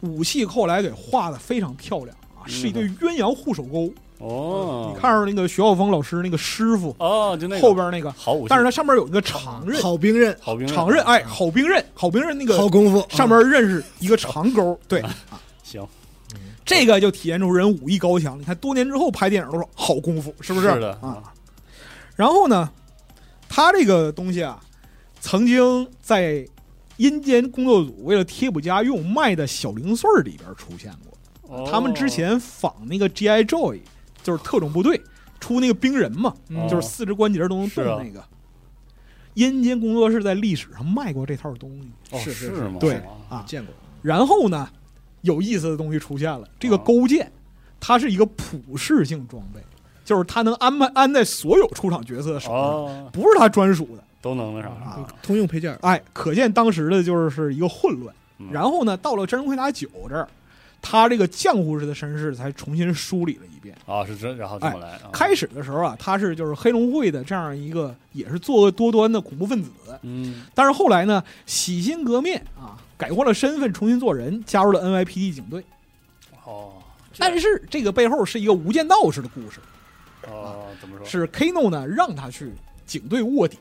[SPEAKER 3] 武器后来给画的非常漂亮啊，是一对鸳鸯护手钩，
[SPEAKER 2] 哦，
[SPEAKER 3] 看着那个徐浩峰老师那个师傅
[SPEAKER 2] 哦，就那个
[SPEAKER 3] 后边那个，
[SPEAKER 2] 好武器，
[SPEAKER 3] 但是它上面有一个长刃，
[SPEAKER 1] 好兵刃，
[SPEAKER 2] 好兵刃啊
[SPEAKER 3] 长刃，哎，好兵刃，好兵刃那
[SPEAKER 1] 好
[SPEAKER 3] 个
[SPEAKER 1] 功夫，
[SPEAKER 3] 上面刃是一个长 钩，对，
[SPEAKER 2] 行，
[SPEAKER 3] 这个就体现出人武艺高强。你看多年之后拍电影都说好功夫，是不
[SPEAKER 2] 是的
[SPEAKER 3] 啊？然后呢，他这个东西啊，曾经在阴间工作组为了贴补家用卖的小零碎儿里边出现过。
[SPEAKER 2] 哦
[SPEAKER 3] 他们之前仿那个 G.I. Joy，就是特种部队出那个冰人嘛，
[SPEAKER 1] 嗯
[SPEAKER 3] 就是四肢关节都能动
[SPEAKER 2] 是啊
[SPEAKER 3] 那个。阴间工作室在历史上卖过这套东西
[SPEAKER 2] 哦
[SPEAKER 1] 是是
[SPEAKER 2] 是吗？
[SPEAKER 3] 对
[SPEAKER 2] 啊
[SPEAKER 3] 啊。
[SPEAKER 1] 见过，
[SPEAKER 3] 然后呢，有意思的东西出现了，这个
[SPEAKER 2] 啊
[SPEAKER 3] 勾践，它是一个普适性装备，就是它能安排安在所有出场角色的手上，
[SPEAKER 2] 哦，
[SPEAKER 3] 不是他专属的
[SPEAKER 2] 都能那啥
[SPEAKER 3] 啊。
[SPEAKER 1] 通用配件儿，
[SPEAKER 3] 哎，可见当时的就是一个混乱。
[SPEAKER 2] 嗯
[SPEAKER 3] 然后呢，到了《真人快打九》这儿，他这个江湖式的身世才重新梳理了一遍。
[SPEAKER 2] 啊是真，然后这么来啊
[SPEAKER 3] 哎开始的时候啊，他是就是黑龙会的这样一个也是作恶多端的恐怖分子，
[SPEAKER 2] 嗯
[SPEAKER 3] 但是后来呢，洗心革面啊，改换了身份，重新做人，加入了 NYPD 警队。
[SPEAKER 2] 哦
[SPEAKER 3] 但是这个背后是一个无间道式的故事，
[SPEAKER 2] 哦怎么说
[SPEAKER 3] 是 Kano 呢让他去警队卧底，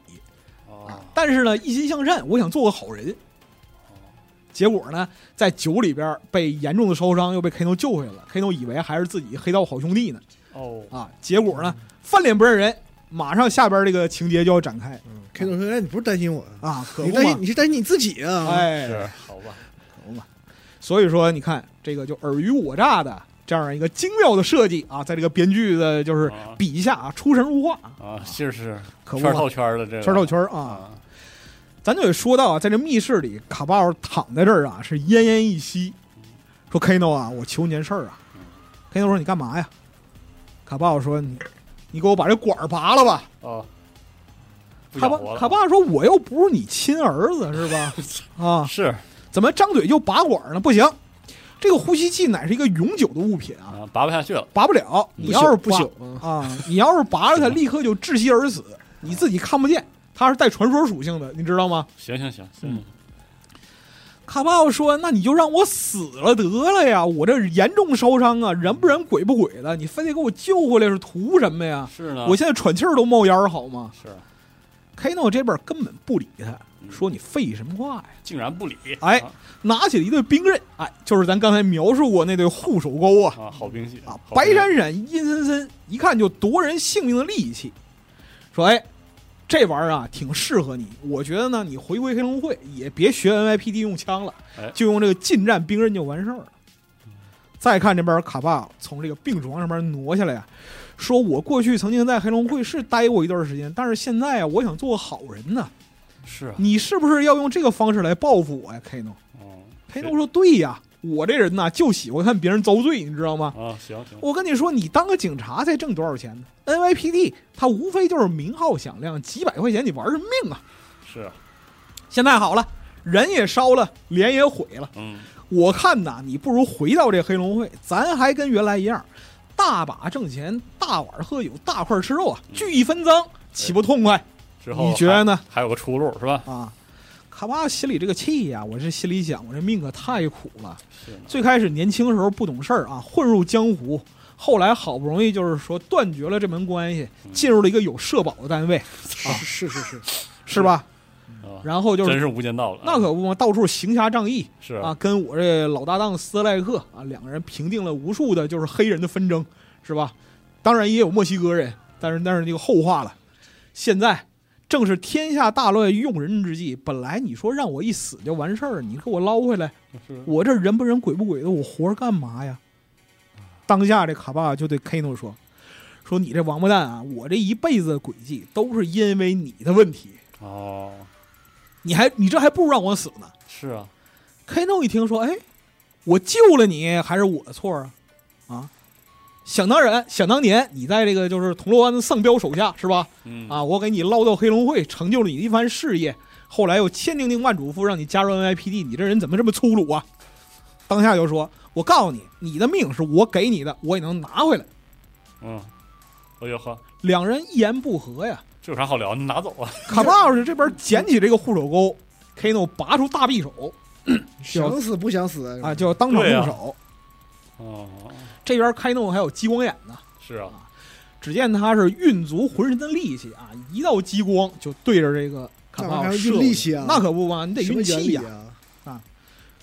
[SPEAKER 2] 哦
[SPEAKER 3] 但是呢一心向善，我想做个好人。啊结果呢，在酒里边被严重的烧伤，又被 Kano 救回来了。Kano 以为还是自己黑道好兄弟呢，
[SPEAKER 2] 哦
[SPEAKER 3] 啊，结果呢翻脸不认人，马上下边这个情节就要展开
[SPEAKER 1] 嗯，K 总说，哎，你不是担心我啊，
[SPEAKER 3] 啊，啊可
[SPEAKER 1] 你
[SPEAKER 3] 不
[SPEAKER 1] 担心
[SPEAKER 3] 嘛，
[SPEAKER 1] 你是担心你自己啊，
[SPEAKER 3] 哎，
[SPEAKER 2] 是好吧
[SPEAKER 3] 所以说，你看这个就尔虞我诈的这样一个精妙的设计啊，在这个编剧的就是
[SPEAKER 2] 啊
[SPEAKER 3] 笔下啊，出神入化，
[SPEAKER 2] 啊是是
[SPEAKER 3] 可不
[SPEAKER 2] 圈
[SPEAKER 3] 嘛
[SPEAKER 2] 套，圈了这个
[SPEAKER 3] 圈套圈儿啊。
[SPEAKER 2] 啊
[SPEAKER 3] 咱就得说到啊，在这密室里，卡巴尔躺在这儿啊，是奄奄一息，说 Kano 啊，我求你件事儿啊。Kano 说你干嘛呀？卡巴尔说你，你给我把这管儿拔了吧。
[SPEAKER 2] 哦不
[SPEAKER 3] 卡
[SPEAKER 2] 想
[SPEAKER 3] 巴
[SPEAKER 2] 活了
[SPEAKER 3] 卡巴尔说我又不是你亲儿子是吧？ 啊，
[SPEAKER 2] 是
[SPEAKER 3] 怎么张嘴就拔管儿呢？不行，这个呼吸器乃是一个永久的物品啊，
[SPEAKER 2] 啊拔不下去了
[SPEAKER 3] 拔不了。
[SPEAKER 1] 不
[SPEAKER 3] 你要是
[SPEAKER 1] 朽不
[SPEAKER 3] 拔
[SPEAKER 1] 朽啊，
[SPEAKER 3] 啊，你要是拔了它，立刻就窒息而死，你自己看不见。它是带传说属性的，你知道吗？
[SPEAKER 2] 行行行
[SPEAKER 3] 嗯
[SPEAKER 2] 行
[SPEAKER 3] 卡巴奥说：“那你就让我死了得了呀！我这严重烧伤啊，人不人鬼不鬼的，你非得给我救回来是图什么呀？
[SPEAKER 2] 是呢
[SPEAKER 3] 我现在喘气儿都冒烟儿，好吗
[SPEAKER 2] 是
[SPEAKER 3] ？”Kano 这边根本不理他，
[SPEAKER 2] 嗯
[SPEAKER 3] 说：“你废什么话呀
[SPEAKER 2] 竟然不理
[SPEAKER 3] 哎
[SPEAKER 2] 啊？”
[SPEAKER 3] 拿起了一对冰刃，哎，就是咱刚才描述过那对护手钩啊，
[SPEAKER 2] 啊好兵器
[SPEAKER 3] 啊，
[SPEAKER 2] 好兵
[SPEAKER 3] 白
[SPEAKER 2] 器
[SPEAKER 3] 闪闪、阴森森，一看就夺人性命的利器。说，哎，这玩意儿啊，挺适合你。我觉得呢，你回归黑龙会也别学 NYPD 用枪了
[SPEAKER 2] 哎，
[SPEAKER 3] 就用这个近战兵刃就完事儿了。再看这边卡巴从这个病床上面挪下来呀、说我过去曾经在黑龙会是待过一段时间，但是现在啊，我想做个好人呢、
[SPEAKER 2] 是啊
[SPEAKER 3] 你是不是要用这个方式来报复我呀，Kano？Kano
[SPEAKER 2] 哦
[SPEAKER 3] 说对呀，我这人呐、就喜欢看别人遭罪，你知道吗？
[SPEAKER 2] 啊行行
[SPEAKER 3] 我跟你说，你当个警察才挣多少钱呢？NYPD 它无非就是名号响亮，几百块钱你玩什么命啊？
[SPEAKER 2] 是啊
[SPEAKER 3] 现在好了，人也烧了，脸也毁了。
[SPEAKER 2] 嗯
[SPEAKER 3] 我看呐，你不如回到这黑龙会，咱还跟原来一样，大把挣钱，大碗喝酒，大块吃肉啊，聚一分赃，岂不痛快？
[SPEAKER 2] 之后
[SPEAKER 3] 你觉得呢？
[SPEAKER 2] 还有个出路是吧？
[SPEAKER 3] 啊，卡巴心里这个气呀、我这心里想，我这命可太苦了。
[SPEAKER 2] 是呢
[SPEAKER 3] 最开始年轻时候不懂事儿啊，混入江湖，后来好不容易就是说断绝了这门关系，进入了一个有社保的单位，
[SPEAKER 1] 是是是是，
[SPEAKER 3] 是吧？
[SPEAKER 2] 啊
[SPEAKER 3] 然后就
[SPEAKER 2] 真
[SPEAKER 3] 是
[SPEAKER 2] 是无间道了啊，
[SPEAKER 3] 那可不嘛，到处行侠仗义
[SPEAKER 2] 是
[SPEAKER 3] 啊，跟我这老搭档斯莱克啊，两个人平定了无数的就是黑人的纷争，是吧？当然也有墨西哥人，但是那是那个后话了。现在正是天下大乱用人之际，本来你说让我一死就完事儿，你给我捞回来。
[SPEAKER 2] 是
[SPEAKER 3] 我这人不人鬼不鬼的，我活着干嘛呀？当下这卡巴就对 Kano 说：“说你这王八蛋啊，我这一辈子的轨迹都是因为你的问题，
[SPEAKER 2] 哦
[SPEAKER 3] 你还你这还不如让我死呢。
[SPEAKER 2] 是啊
[SPEAKER 3] ”Kano 一听说：“哎，我救了你，还是我的错啊？啊，想当然，想当年你在这个就是铜锣湾的丧彪手下是吧？
[SPEAKER 2] 嗯
[SPEAKER 3] 啊，我给你捞到黑龙会，成就了你的一番事业。后来又千叮咛万嘱咐让你加入 NYPD，你这人怎么这么粗鲁啊？当下就说：“我告诉你，你的命是我给你的，我也能拿回来。
[SPEAKER 2] 嗯，哎呦呵，”
[SPEAKER 3] 两人一言不合呀，
[SPEAKER 2] 这有啥好聊？你拿走啊！
[SPEAKER 3] 卡巴尔是这边捡起这个护手钩，Kano 拔出大匕首
[SPEAKER 1] 想死不想死
[SPEAKER 3] 啊，就要当场
[SPEAKER 2] 对呀
[SPEAKER 3] 动手。
[SPEAKER 2] 哦，
[SPEAKER 3] 这边 Kano 还有激光眼呢，
[SPEAKER 2] 是啊，
[SPEAKER 3] 只见他是运足浑身的力气啊，一道激光就对着这个卡
[SPEAKER 1] 那玩
[SPEAKER 3] 巴
[SPEAKER 1] 意
[SPEAKER 3] 奥
[SPEAKER 1] 儿
[SPEAKER 3] 射
[SPEAKER 1] 运
[SPEAKER 3] 过
[SPEAKER 1] 力
[SPEAKER 3] 去
[SPEAKER 1] 气啊
[SPEAKER 3] 那可不嘛，你得
[SPEAKER 1] 什么
[SPEAKER 3] 运
[SPEAKER 1] 原
[SPEAKER 3] 气
[SPEAKER 1] 理
[SPEAKER 3] 呀、
[SPEAKER 1] 啊？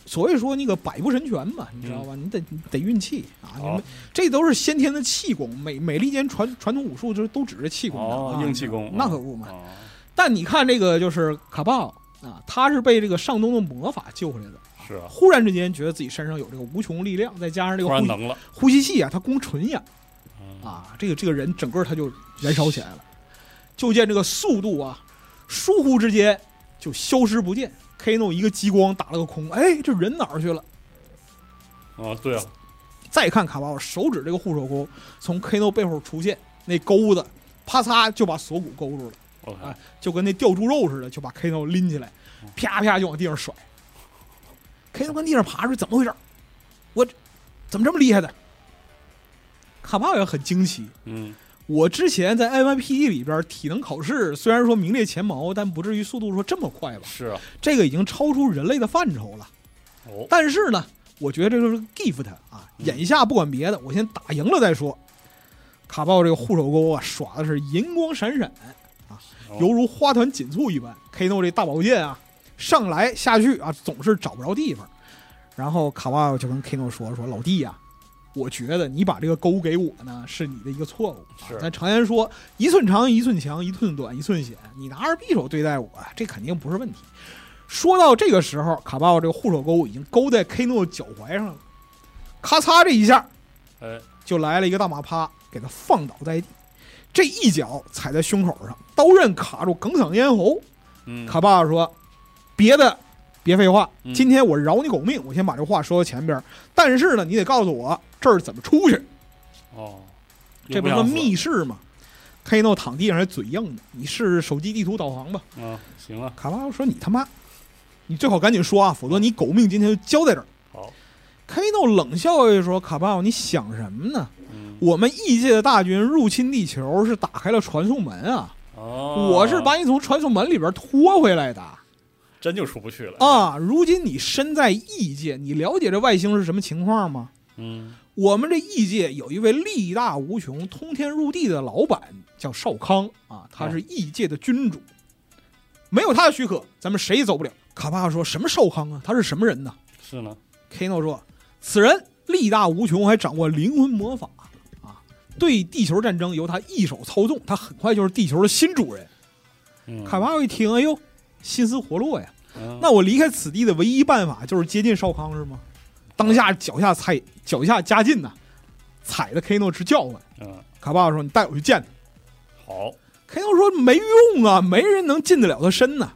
[SPEAKER 3] 所谓说那个百步神拳嘛，你知道吧？
[SPEAKER 1] 嗯
[SPEAKER 3] 你得你得运气啊！你
[SPEAKER 2] 好
[SPEAKER 3] 们这都是先天的气功，美美利坚传传统武术就是都指着气功的、
[SPEAKER 2] 哦
[SPEAKER 3] 啊，
[SPEAKER 2] 硬气功
[SPEAKER 3] 那可不嘛。
[SPEAKER 2] 哦
[SPEAKER 3] 但你看这个就是卡巴奥啊，他是被这个上东的魔法救回来的，
[SPEAKER 2] 是啊，
[SPEAKER 3] 忽然之间觉得自己身上有这个无穷力量，再加上这
[SPEAKER 2] 突
[SPEAKER 3] 个
[SPEAKER 2] 然
[SPEAKER 3] 呼
[SPEAKER 2] 能了
[SPEAKER 3] 呼吸器啊，他攻纯眼
[SPEAKER 2] 嗯
[SPEAKER 3] 啊，这个这个人整个他就燃烧起来了。就见这个速度啊，疏忽之间就消失不见。Kano 一个激光打了个空，哎，这人哪儿去了？
[SPEAKER 2] 啊，对啊，
[SPEAKER 3] 再看卡巴奥手指这个护手钩从 Kano 背后出现，那钩子啪嚓就把锁骨勾住了，
[SPEAKER 2] 我看
[SPEAKER 3] 哎就跟那吊猪肉似的，就把 Kano 拎起来，啪啪就往地上甩。Kano 跟地上爬出去，怎么回事？我怎么这么厉害的？卡巴奥也很惊奇。
[SPEAKER 2] 嗯，
[SPEAKER 3] 我之前在 NYPD 里边体能考试，虽然说名列前茅，但不至于速度说这么快吧？
[SPEAKER 2] 是啊，
[SPEAKER 3] 这个已经超出人类的范畴了。
[SPEAKER 2] 哦，
[SPEAKER 3] 但是呢，我觉得这就是 gift 啊，
[SPEAKER 2] 嗯
[SPEAKER 3] 眼下不管别的，我先打赢了再说。卡巴奥这个护手钩啊，耍的是银光闪闪啊
[SPEAKER 2] 哦，
[SPEAKER 3] 犹如花团锦簇一般。Kno 这大宝剑啊，上来下去啊，总是找不着地方。然后卡巴奥就跟 Kno 说：“说老弟呀、啊我觉得你把这个钩给我呢，是你的一个错误。啊
[SPEAKER 2] 是
[SPEAKER 3] 咱常言说，一寸长一寸强，一寸短一寸险。你拿着匕首对待我，啊这肯定不是问题。说到这个时候，卡巴奥这个护手钩已经勾在 K 诺脚踝上了，咔嚓这一下
[SPEAKER 2] 哎，
[SPEAKER 3] 就来了一个大马趴，给他放倒在地。这一脚踩在胸口上，刀刃卡住哽嗓咽喉。
[SPEAKER 2] 嗯，
[SPEAKER 3] 卡巴奥说：“别的别废话，
[SPEAKER 2] 嗯
[SPEAKER 3] 今天我饶你狗命，我先把这话说到前边儿。但是呢，你得告诉我这儿怎么出去，
[SPEAKER 2] 哦，
[SPEAKER 3] 这不
[SPEAKER 2] 又想
[SPEAKER 3] 是个
[SPEAKER 2] 死
[SPEAKER 3] 密室吗？” K 诺躺地上还嘴硬呢，你试试手机地图导航吧。
[SPEAKER 2] 啊，行啊，
[SPEAKER 3] 卡巴奥说：“你他妈，你最好赶紧说啊，否则你狗命今天就交在这儿。”
[SPEAKER 2] 好，
[SPEAKER 3] Kano 冷笑一说：“卡巴奥，你想什么呢？
[SPEAKER 2] 嗯，
[SPEAKER 3] 我们异界的大军入侵地球是打开了传送门啊，
[SPEAKER 2] 哦，
[SPEAKER 3] 我是把你从传送门里边拖回来的
[SPEAKER 2] 真就出不去了，
[SPEAKER 3] 啊！如今你身在异界，你了解这外星是什么情况吗？
[SPEAKER 2] 嗯，
[SPEAKER 3] 我们这异界有一位力大无穷、通天入地的老板，叫少康啊，他是异界的君主，没有他的许可，咱们谁也走不了。”卡巴奥说：“什么少康啊？他是什么人呢
[SPEAKER 2] 是呢，
[SPEAKER 3] Kano 说：“此人力大无穷，还掌握灵魂魔法啊！对地球战争由他一手操纵，他很快就是地球的新主人。”
[SPEAKER 2] 嗯，
[SPEAKER 3] 卡巴奥一听，哎呦，心思活络呀！
[SPEAKER 2] 嗯，
[SPEAKER 3] 那我离开此地的唯一办法就是接近少康，是吗？当下脚下踩，脚下加劲呐、踩的 Kano 直叫唤。
[SPEAKER 2] 嗯，
[SPEAKER 3] 卡巴奥说：“你带我去见他。
[SPEAKER 2] 好，
[SPEAKER 3] ”Kano 说：“没用啊，没人能近得了他身呐、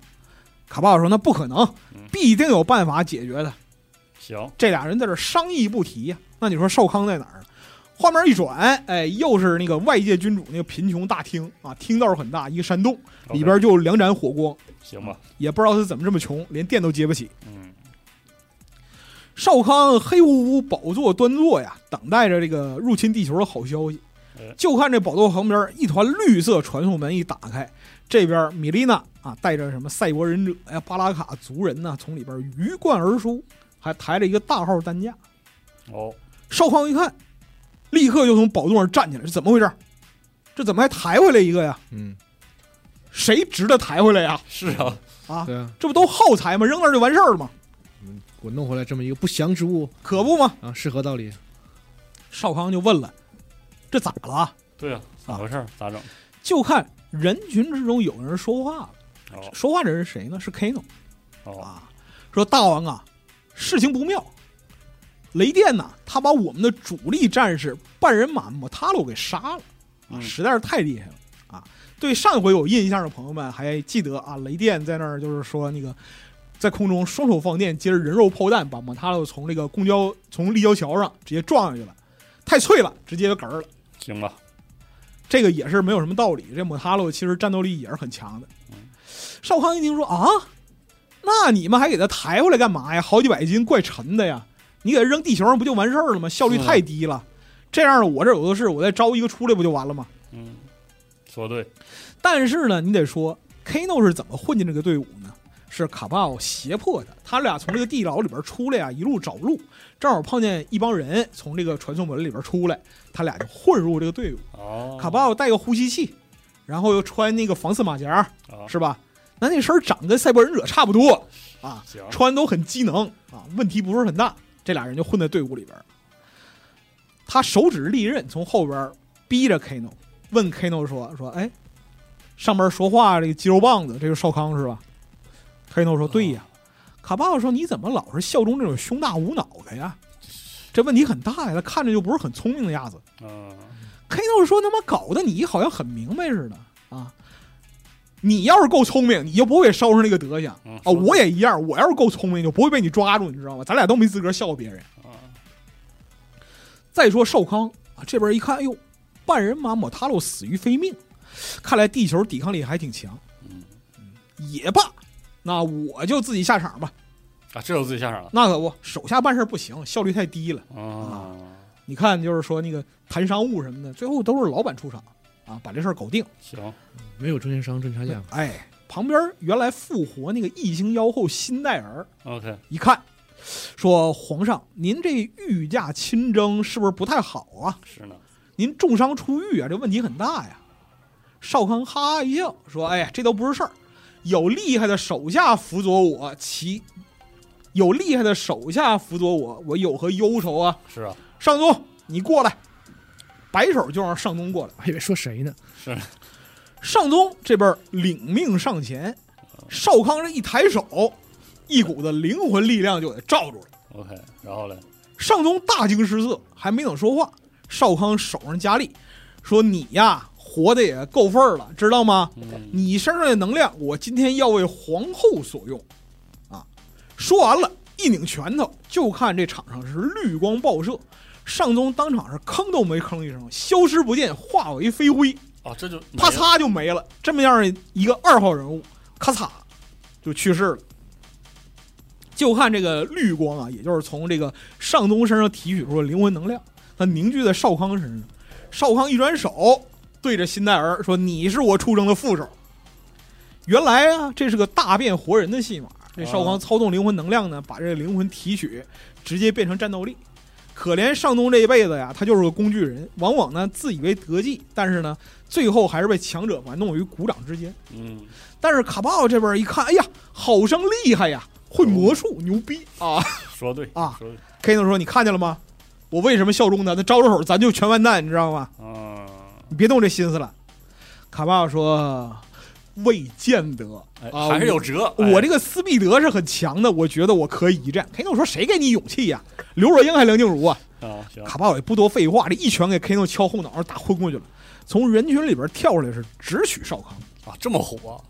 [SPEAKER 3] 卡巴奥说：“那不可能
[SPEAKER 2] 嗯，
[SPEAKER 3] 必定有办法解决他。”
[SPEAKER 2] 行，
[SPEAKER 3] 这俩人在这商议不提呀、那你说少康在哪儿？画面一转，哎，又是那个外界君主那个贫穷大厅啊，厅道很大，一个山洞
[SPEAKER 2] OK，
[SPEAKER 3] 里边就两盏火光，
[SPEAKER 2] 行吧，
[SPEAKER 3] 也不知道他怎么这么穷，连电都接不起。
[SPEAKER 2] 嗯，
[SPEAKER 3] 少康黑乎乎宝座端坐呀，等待着这个入侵地球的好消息
[SPEAKER 2] 哎。
[SPEAKER 3] 就看这宝座旁边一团绿色传送门一打开，这边米莉娜啊带着什么赛博忍者呀、巴拉卡族人呐，从里边鱼贯而出，还抬着一个大号担架。
[SPEAKER 2] 哦，
[SPEAKER 3] 少康一看，立刻就从宝座上站起来，这怎么回事？这怎么还抬回来一个呀？
[SPEAKER 1] 嗯，
[SPEAKER 3] 谁值得抬回来呀？
[SPEAKER 2] 是啊，
[SPEAKER 3] 啊，
[SPEAKER 1] 对啊，
[SPEAKER 3] 这不都耗材吗？扔那儿就完事儿了吗？
[SPEAKER 1] 我弄回来这么一个不祥之物
[SPEAKER 3] 可不吗？
[SPEAKER 1] 啊，是何道理？
[SPEAKER 3] 少康就问了，这咋了？
[SPEAKER 2] 对啊，咋回事儿？咋整？
[SPEAKER 3] 就看人群之中有人说话了，
[SPEAKER 2] 哦，
[SPEAKER 3] 说话的人是谁呢？是 Kano
[SPEAKER 2] 哦，
[SPEAKER 3] 啊，说大王啊，事情不妙，雷电呐、他把我们的主力战士半人马莫塔罗给杀了。啊，
[SPEAKER 2] 嗯
[SPEAKER 3] 实在是太厉害了啊！对上回有印象的朋友们还记得啊，雷电在那儿就是说那个在空中双手放电，接着人肉炮弹把蒙塔洛从这个公交从立交桥上直接撞下去了，太脆了，直接就嗝儿了。
[SPEAKER 2] 行吧，
[SPEAKER 3] 这个也是没有什么道理。这蒙塔洛其实战斗力也是很强的
[SPEAKER 2] 嗯。
[SPEAKER 3] 少康一听说啊，那你们还给他抬回来干嘛呀？好几百斤，怪沉的呀！你给他扔地球上不就完事儿了吗？效率
[SPEAKER 2] 是啊
[SPEAKER 3] 太低了。这样我这儿有的是，我再招一个出来不就完了吗？
[SPEAKER 2] 嗯，说对，
[SPEAKER 3] 但是呢，你得说 Kano 是怎么混进这个队伍呢？是卡巴奥胁迫的。他俩从这个地牢里边出来呀、一路找路，正好碰见一帮人从这个传送门里边出来，他俩就混入这个队伍。
[SPEAKER 2] 哦，
[SPEAKER 3] 卡巴奥带个呼吸器，然后又穿那个防刺马甲，
[SPEAKER 2] 啊
[SPEAKER 3] 是吧？那那身儿长得跟赛博忍者差不多啊，
[SPEAKER 2] 行
[SPEAKER 3] 穿都很机能啊，问题不是很大。这俩人就混在队伍里边儿。他手指利刃从后边儿逼着 Kano，问 Kano 说说，哎，上边儿说话这个肌肉棒子，这个少康是吧？Kano 说对呀。卡巴奥说你怎么老是效忠这种胸大无脑的呀？这问题很大呀，他看着就不是很聪明的样子。
[SPEAKER 2] 嗯，
[SPEAKER 3] K 豆说：“他妈搞得你好像很明白似的啊！你要是够聪明，你就不会烧成那个德行
[SPEAKER 2] 嗯
[SPEAKER 3] 啊！
[SPEAKER 2] 说得
[SPEAKER 3] 我也一样，我要是够聪明，就不会被你抓住，你知道吗？咱俩都没资格笑别人。
[SPEAKER 2] 啊
[SPEAKER 3] 再说少康啊，这边一看，哎呦，半人马抹塔洛死于非命，看来地球抵抗力还挺强。
[SPEAKER 2] 嗯
[SPEAKER 3] 也罢，那我就自己下场吧。
[SPEAKER 2] 啊，这就自己下场了
[SPEAKER 3] 那可不，手下办事不行，效率太低了。
[SPEAKER 2] 啊，
[SPEAKER 3] 你看，就是说那个谈商务什么的，最后都是老板出场啊，把这事儿搞定。”
[SPEAKER 2] 行，
[SPEAKER 1] 没有中间商赚差 价嘛，
[SPEAKER 3] 哎，旁边原来复活那个异形妖后辛戴尔
[SPEAKER 2] OK，
[SPEAKER 3] 一看，说：“皇上，您这御驾亲征是不是不太好啊？
[SPEAKER 2] 是呢，
[SPEAKER 3] 您重伤出狱啊，这问题很大呀。”少康哈哈一笑说：“哎呀，这都不是事儿，有厉害的手下辅佐我，其有厉害的手下辅佐我，我有何忧愁啊？
[SPEAKER 2] 是啊，
[SPEAKER 3] 上东，你过来。”摆手就让上东过来。
[SPEAKER 1] 还以为说谁呢？
[SPEAKER 2] 是呢
[SPEAKER 3] 上宗这边领命上前，少康这一抬手，一股子灵魂力量就给罩住了。
[SPEAKER 2] OK，然后嘞，
[SPEAKER 3] 上宗大惊失色，还没等说话，少康手上加力，说：“你呀，活的也够份儿了，知道吗？
[SPEAKER 2] 嗯，
[SPEAKER 3] 你身上的能量，我今天要为皇后所用。”啊，说完了，一拧拳头，就看这场上是绿光爆射，上宗当场是吭都没吭一声，消失不见，化为飞灰。
[SPEAKER 2] 哦，这就
[SPEAKER 3] 啪，嚓就没了。这么样儿一个二号人物，咔嚓就去世了。就看这个绿光啊，也就是从这个上东身上提取出了灵魂能量，它凝聚在少康身上。少康一转手，对着辛奈儿说：“你是我出生的副手。”原来啊，这是个大变活人的戏码。这少康操纵灵魂能量呢，把这个灵魂提取，直接变成战斗力。可怜上东这一辈子呀，他就是个工具人，往往呢自以为得计，但是呢最后还是被强者玩弄于股掌之间。
[SPEAKER 2] 嗯，
[SPEAKER 3] 但是卡巴奥这边一看，哎呀，好生厉害呀，会魔术，牛逼啊
[SPEAKER 2] 说对
[SPEAKER 3] 啊
[SPEAKER 2] 说对，
[SPEAKER 3] ！Kano 说：“你看见了吗？我为什么效忠他？他招着手，咱就全完蛋，你知道吗？
[SPEAKER 2] 嗯，
[SPEAKER 3] 你别动这心思了。”卡巴奥说：“未见得，
[SPEAKER 2] 哎，
[SPEAKER 3] 啊
[SPEAKER 2] 还是有辙，哎
[SPEAKER 3] 我这个斯必德是很强的，我觉得我可以一战。”Kano 说：“谁给你勇气呀？刘若英还梁静茹啊？”
[SPEAKER 2] 啊，行，
[SPEAKER 3] 卡巴奥也不多废话，这一拳给 Kano 敲后脑勺打昏过去了，从人群里边跳出来是直取少康。
[SPEAKER 2] 啊，这么火，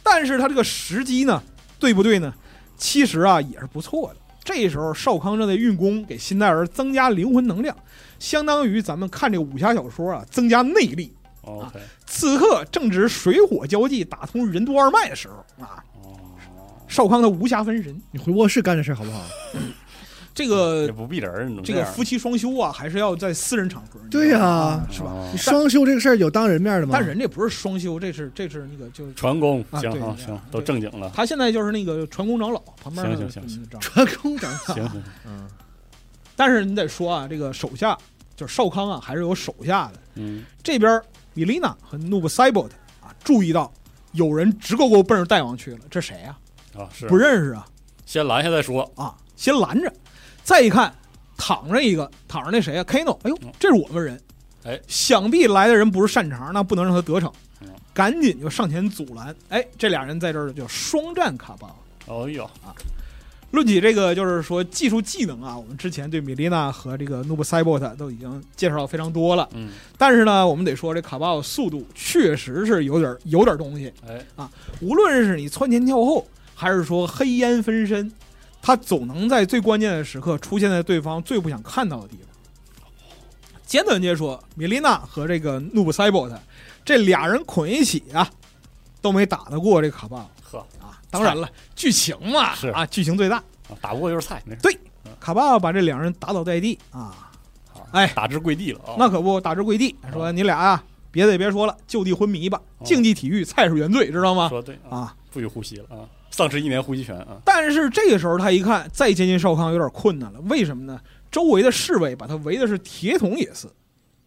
[SPEAKER 3] 但是他这个时机呢，对不对呢？其实啊也是不错的。这时候少康正在运功，给辛奈儿增加灵魂能量，相当于咱们看这个武侠小说啊，增加内力。
[SPEAKER 2] OK，
[SPEAKER 3] 啊此刻正值水火交际、打通任督二脉的时候啊！
[SPEAKER 2] 哦，
[SPEAKER 3] 少康他无暇分神，
[SPEAKER 1] 你回卧室干这事儿好 不好？
[SPEAKER 3] 这
[SPEAKER 2] 也
[SPEAKER 3] 个
[SPEAKER 2] 不避人儿，你怎么
[SPEAKER 3] 这个
[SPEAKER 2] 嗯样
[SPEAKER 3] 夫妻双修啊，还是要在私人场合。你知道
[SPEAKER 1] 对
[SPEAKER 3] 吗
[SPEAKER 1] 呀
[SPEAKER 3] 啊是吧？
[SPEAKER 2] 哦
[SPEAKER 1] 你双休这个事儿有当人面的吗？
[SPEAKER 3] 但人这不是双修，这是这是那个就
[SPEAKER 2] 嗯传功，
[SPEAKER 3] 啊
[SPEAKER 2] 行
[SPEAKER 3] 对
[SPEAKER 2] 啊，
[SPEAKER 3] 对
[SPEAKER 2] 行
[SPEAKER 3] 对，
[SPEAKER 2] 都正经了，
[SPEAKER 3] 他现在就是那个传功长老旁边
[SPEAKER 2] 行
[SPEAKER 3] 的
[SPEAKER 2] 行行
[SPEAKER 3] 那个长老
[SPEAKER 1] 传功长
[SPEAKER 2] 行
[SPEAKER 1] 老，
[SPEAKER 2] 行，
[SPEAKER 1] 嗯，
[SPEAKER 3] 但是你得说啊，这个手下就是少康啊，还是有手下的。
[SPEAKER 2] 嗯，
[SPEAKER 3] 这边米丽娜和努布塞伯特啊，注意到有人直勾勾奔着大王去了，这谁啊？
[SPEAKER 2] 啊是，
[SPEAKER 3] 不认识啊
[SPEAKER 2] 先拦下再说，
[SPEAKER 3] 啊！先拦着，再一看，躺着一个，躺着那谁啊？Kano，哎呦
[SPEAKER 2] 嗯，
[SPEAKER 3] 这是我们人，
[SPEAKER 2] 哎，
[SPEAKER 3] 想必来的人不是善茬，那不能让他得逞
[SPEAKER 2] 嗯，
[SPEAKER 3] 赶紧就上前阻拦。哎，这俩人在这儿就双战卡巴。
[SPEAKER 2] 哦呦，
[SPEAKER 3] 论起这个，就是说技术技能啊，我们之前对米莉娜和这个努布塞伯特都已经介绍非常多了。
[SPEAKER 2] 嗯，
[SPEAKER 3] 但是呢，我们得说这卡巴奥速度确实是有点有点东西。
[SPEAKER 2] 哎，
[SPEAKER 3] 无论是你窜前跳后，还是说黑烟分身，他总能在最关键的时刻出现在对方最不想看到的地方。简短截说，米莉娜和这个努布塞伯特这俩人捆一起啊，都没打得过这卡巴奥
[SPEAKER 2] 呵，
[SPEAKER 3] 啊。当然了，剧情嘛，
[SPEAKER 2] 是
[SPEAKER 3] 啊，剧情最大。
[SPEAKER 2] 啊打不过就是菜，没事，
[SPEAKER 3] 卡巴奥把这两人打倒在地啊，
[SPEAKER 2] 好
[SPEAKER 3] 哎
[SPEAKER 2] 打至跪地了啊，
[SPEAKER 3] 那可不，打至跪地，说你俩啊，别的也别说了，就地昏迷吧，竞技体育菜是原罪，知道吗？
[SPEAKER 2] 说对啊，
[SPEAKER 3] 啊，
[SPEAKER 2] 不许呼吸了啊，丧失一年呼吸权啊。
[SPEAKER 3] 但是这个时候他一看，再接近少康有点困难了，为什么呢？周围的侍卫把他围的是铁桶也是。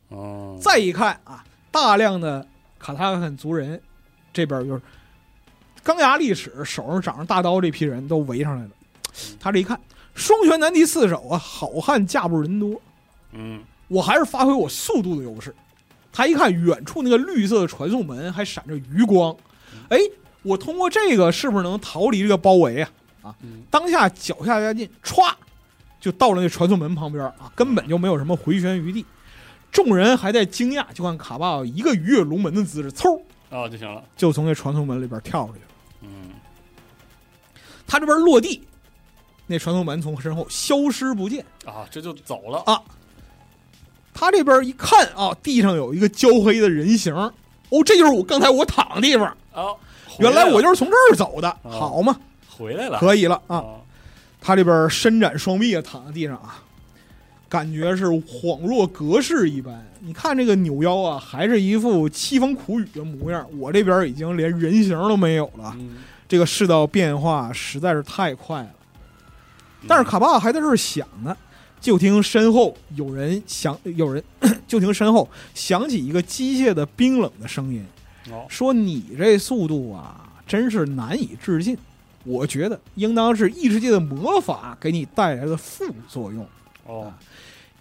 [SPEAKER 2] 哦，
[SPEAKER 3] 再一看啊，大量的卡塔肯族人，这边就是钢牙利齿、手上长着大刀这批人都围上来了。他这一看，双拳难敌四手啊，好汉架不住人多，
[SPEAKER 2] 嗯，
[SPEAKER 3] 我还是发挥我速度的优势。他一看远处那个绿色的传送门还闪着余光，哎，我通过这个是不是能逃离这个包围啊？
[SPEAKER 2] 嗯
[SPEAKER 3] 当下脚下加劲，歘，就到了那传送门旁边啊，根本就没有什么回旋余地。众人还在惊讶，就看卡巴奥一个鱼跃龙门的姿势，嗖
[SPEAKER 2] 哦就行了，
[SPEAKER 3] 就从那传送门里边跳出去了。
[SPEAKER 2] 嗯，
[SPEAKER 3] 他这边落地，那传送门从身后消失不见。
[SPEAKER 2] 啊，这就走了
[SPEAKER 3] 啊他这边一看啊，地上有一个焦黑的人形，哦，这就是我刚才我躺的地方，
[SPEAKER 2] 啊，
[SPEAKER 3] 原来
[SPEAKER 2] 就
[SPEAKER 3] 我就是从这儿走的，好嘛，
[SPEAKER 2] 回来了，
[SPEAKER 3] 可以了啊。
[SPEAKER 2] 啊，
[SPEAKER 3] 他这边伸展双臂啊，躺在地上啊，感觉是恍若隔世一般。你看这个扭腰啊，还是一副凄风苦雨的模样。我这边已经连人形都没有了，
[SPEAKER 2] 嗯
[SPEAKER 3] 这个世道变化实在是太快了。
[SPEAKER 2] 嗯
[SPEAKER 3] 但是卡巴还在这儿想呢，就听身后有人响，有人 就听身后响起一个机械的冰冷的声音，
[SPEAKER 2] 哦，
[SPEAKER 3] 说：“你这速度啊，真是难以置信。我觉得应当是异世界的魔法给你带来的副作用。
[SPEAKER 2] 哦，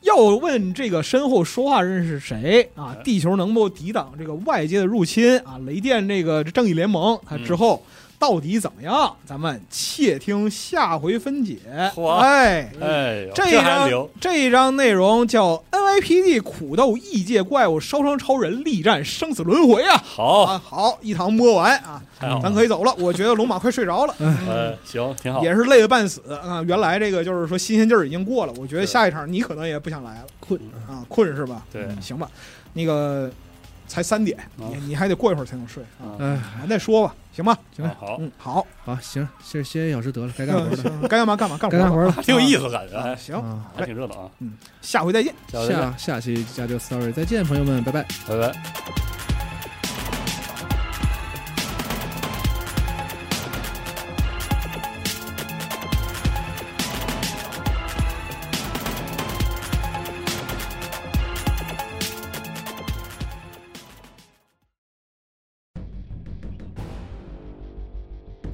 [SPEAKER 3] 要问这个身后说话人是谁啊？
[SPEAKER 2] 哎
[SPEAKER 3] 地球能不能抵挡这个外界的入侵啊？雷电这个正义联盟，它啊
[SPEAKER 2] 嗯
[SPEAKER 3] 之后到底怎么样？咱们且听下回分解。
[SPEAKER 2] 嚯
[SPEAKER 3] 哎。
[SPEAKER 2] 哎呦，
[SPEAKER 3] 这一
[SPEAKER 2] 这
[SPEAKER 3] 啊
[SPEAKER 2] 还
[SPEAKER 3] 章
[SPEAKER 2] 留，
[SPEAKER 3] 这一章内容叫 NYPD 苦斗异界怪物，烧伤超人，力战生死轮回啊！
[SPEAKER 2] 好，
[SPEAKER 3] 啊，好，一堂摸完啊，
[SPEAKER 2] 太好
[SPEAKER 3] 咱
[SPEAKER 2] 了，
[SPEAKER 3] 可以走了。我觉得龙马快睡着了，
[SPEAKER 2] 哎，行， 挺好，
[SPEAKER 3] 嗯也是累得半死啊。原来这个就是说新鲜劲儿已经过了，我觉得
[SPEAKER 2] 是
[SPEAKER 3] 下一场你可能也不想来了
[SPEAKER 1] 困
[SPEAKER 3] 啊，困是吧？
[SPEAKER 2] 对，
[SPEAKER 3] 行吧，那个才三点，
[SPEAKER 1] 嗯
[SPEAKER 2] 啊
[SPEAKER 3] 你你还得过一会儿才能睡啊，
[SPEAKER 2] 啊，
[SPEAKER 1] 哎，
[SPEAKER 3] 咱再说吧，行吧？
[SPEAKER 1] 行了
[SPEAKER 2] 好，
[SPEAKER 3] 嗯，好，
[SPEAKER 1] 好，行，歇歇一小时得了，该干活
[SPEAKER 3] 嗯
[SPEAKER 1] 了，
[SPEAKER 3] 行该干嘛干嘛干
[SPEAKER 1] 该干
[SPEAKER 3] 活
[SPEAKER 1] 活
[SPEAKER 3] 吧
[SPEAKER 1] 了。
[SPEAKER 2] 挺有意思感觉，
[SPEAKER 3] 啊，
[SPEAKER 2] 哎
[SPEAKER 3] 行，
[SPEAKER 1] 啊，
[SPEAKER 2] 还挺热闹啊，
[SPEAKER 3] 下回再见。
[SPEAKER 2] 下回再见
[SPEAKER 1] 下下期加州 story 再见，朋友们，拜拜。
[SPEAKER 2] 拜拜。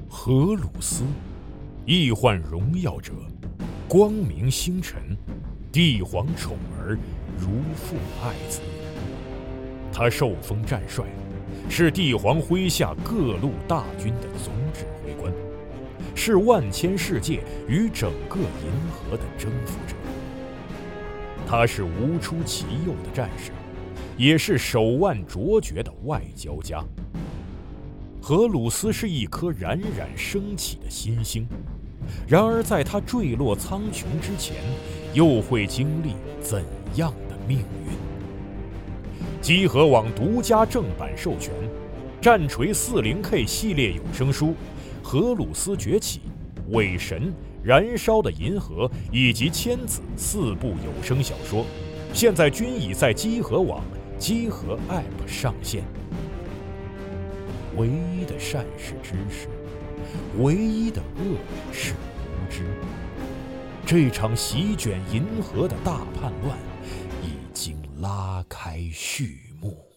[SPEAKER 4] 荷鲁斯，易患荣耀者，光明星辰，帝皇宠儿，如父爱子。他受封战帅，是帝皇麾下各路大军的总指挥官，是万千世界与整个银河的征服者。他是无出其右的战士，也是手腕卓绝的外交家。荷鲁斯是一颗冉冉升起的新星，然而在他坠落苍穹之前，又会经历怎样的命运？积禾网独家正版授权，《战锤 40K 系列有声书》《荷鲁斯崛起》《伪神》《燃烧的银河》以及《千子》四部有声小说，现在均已在积禾网、积禾 App 上线。唯一的善是知识，唯一的恶是无知。这场席卷银河的大叛乱已经拉开序幕。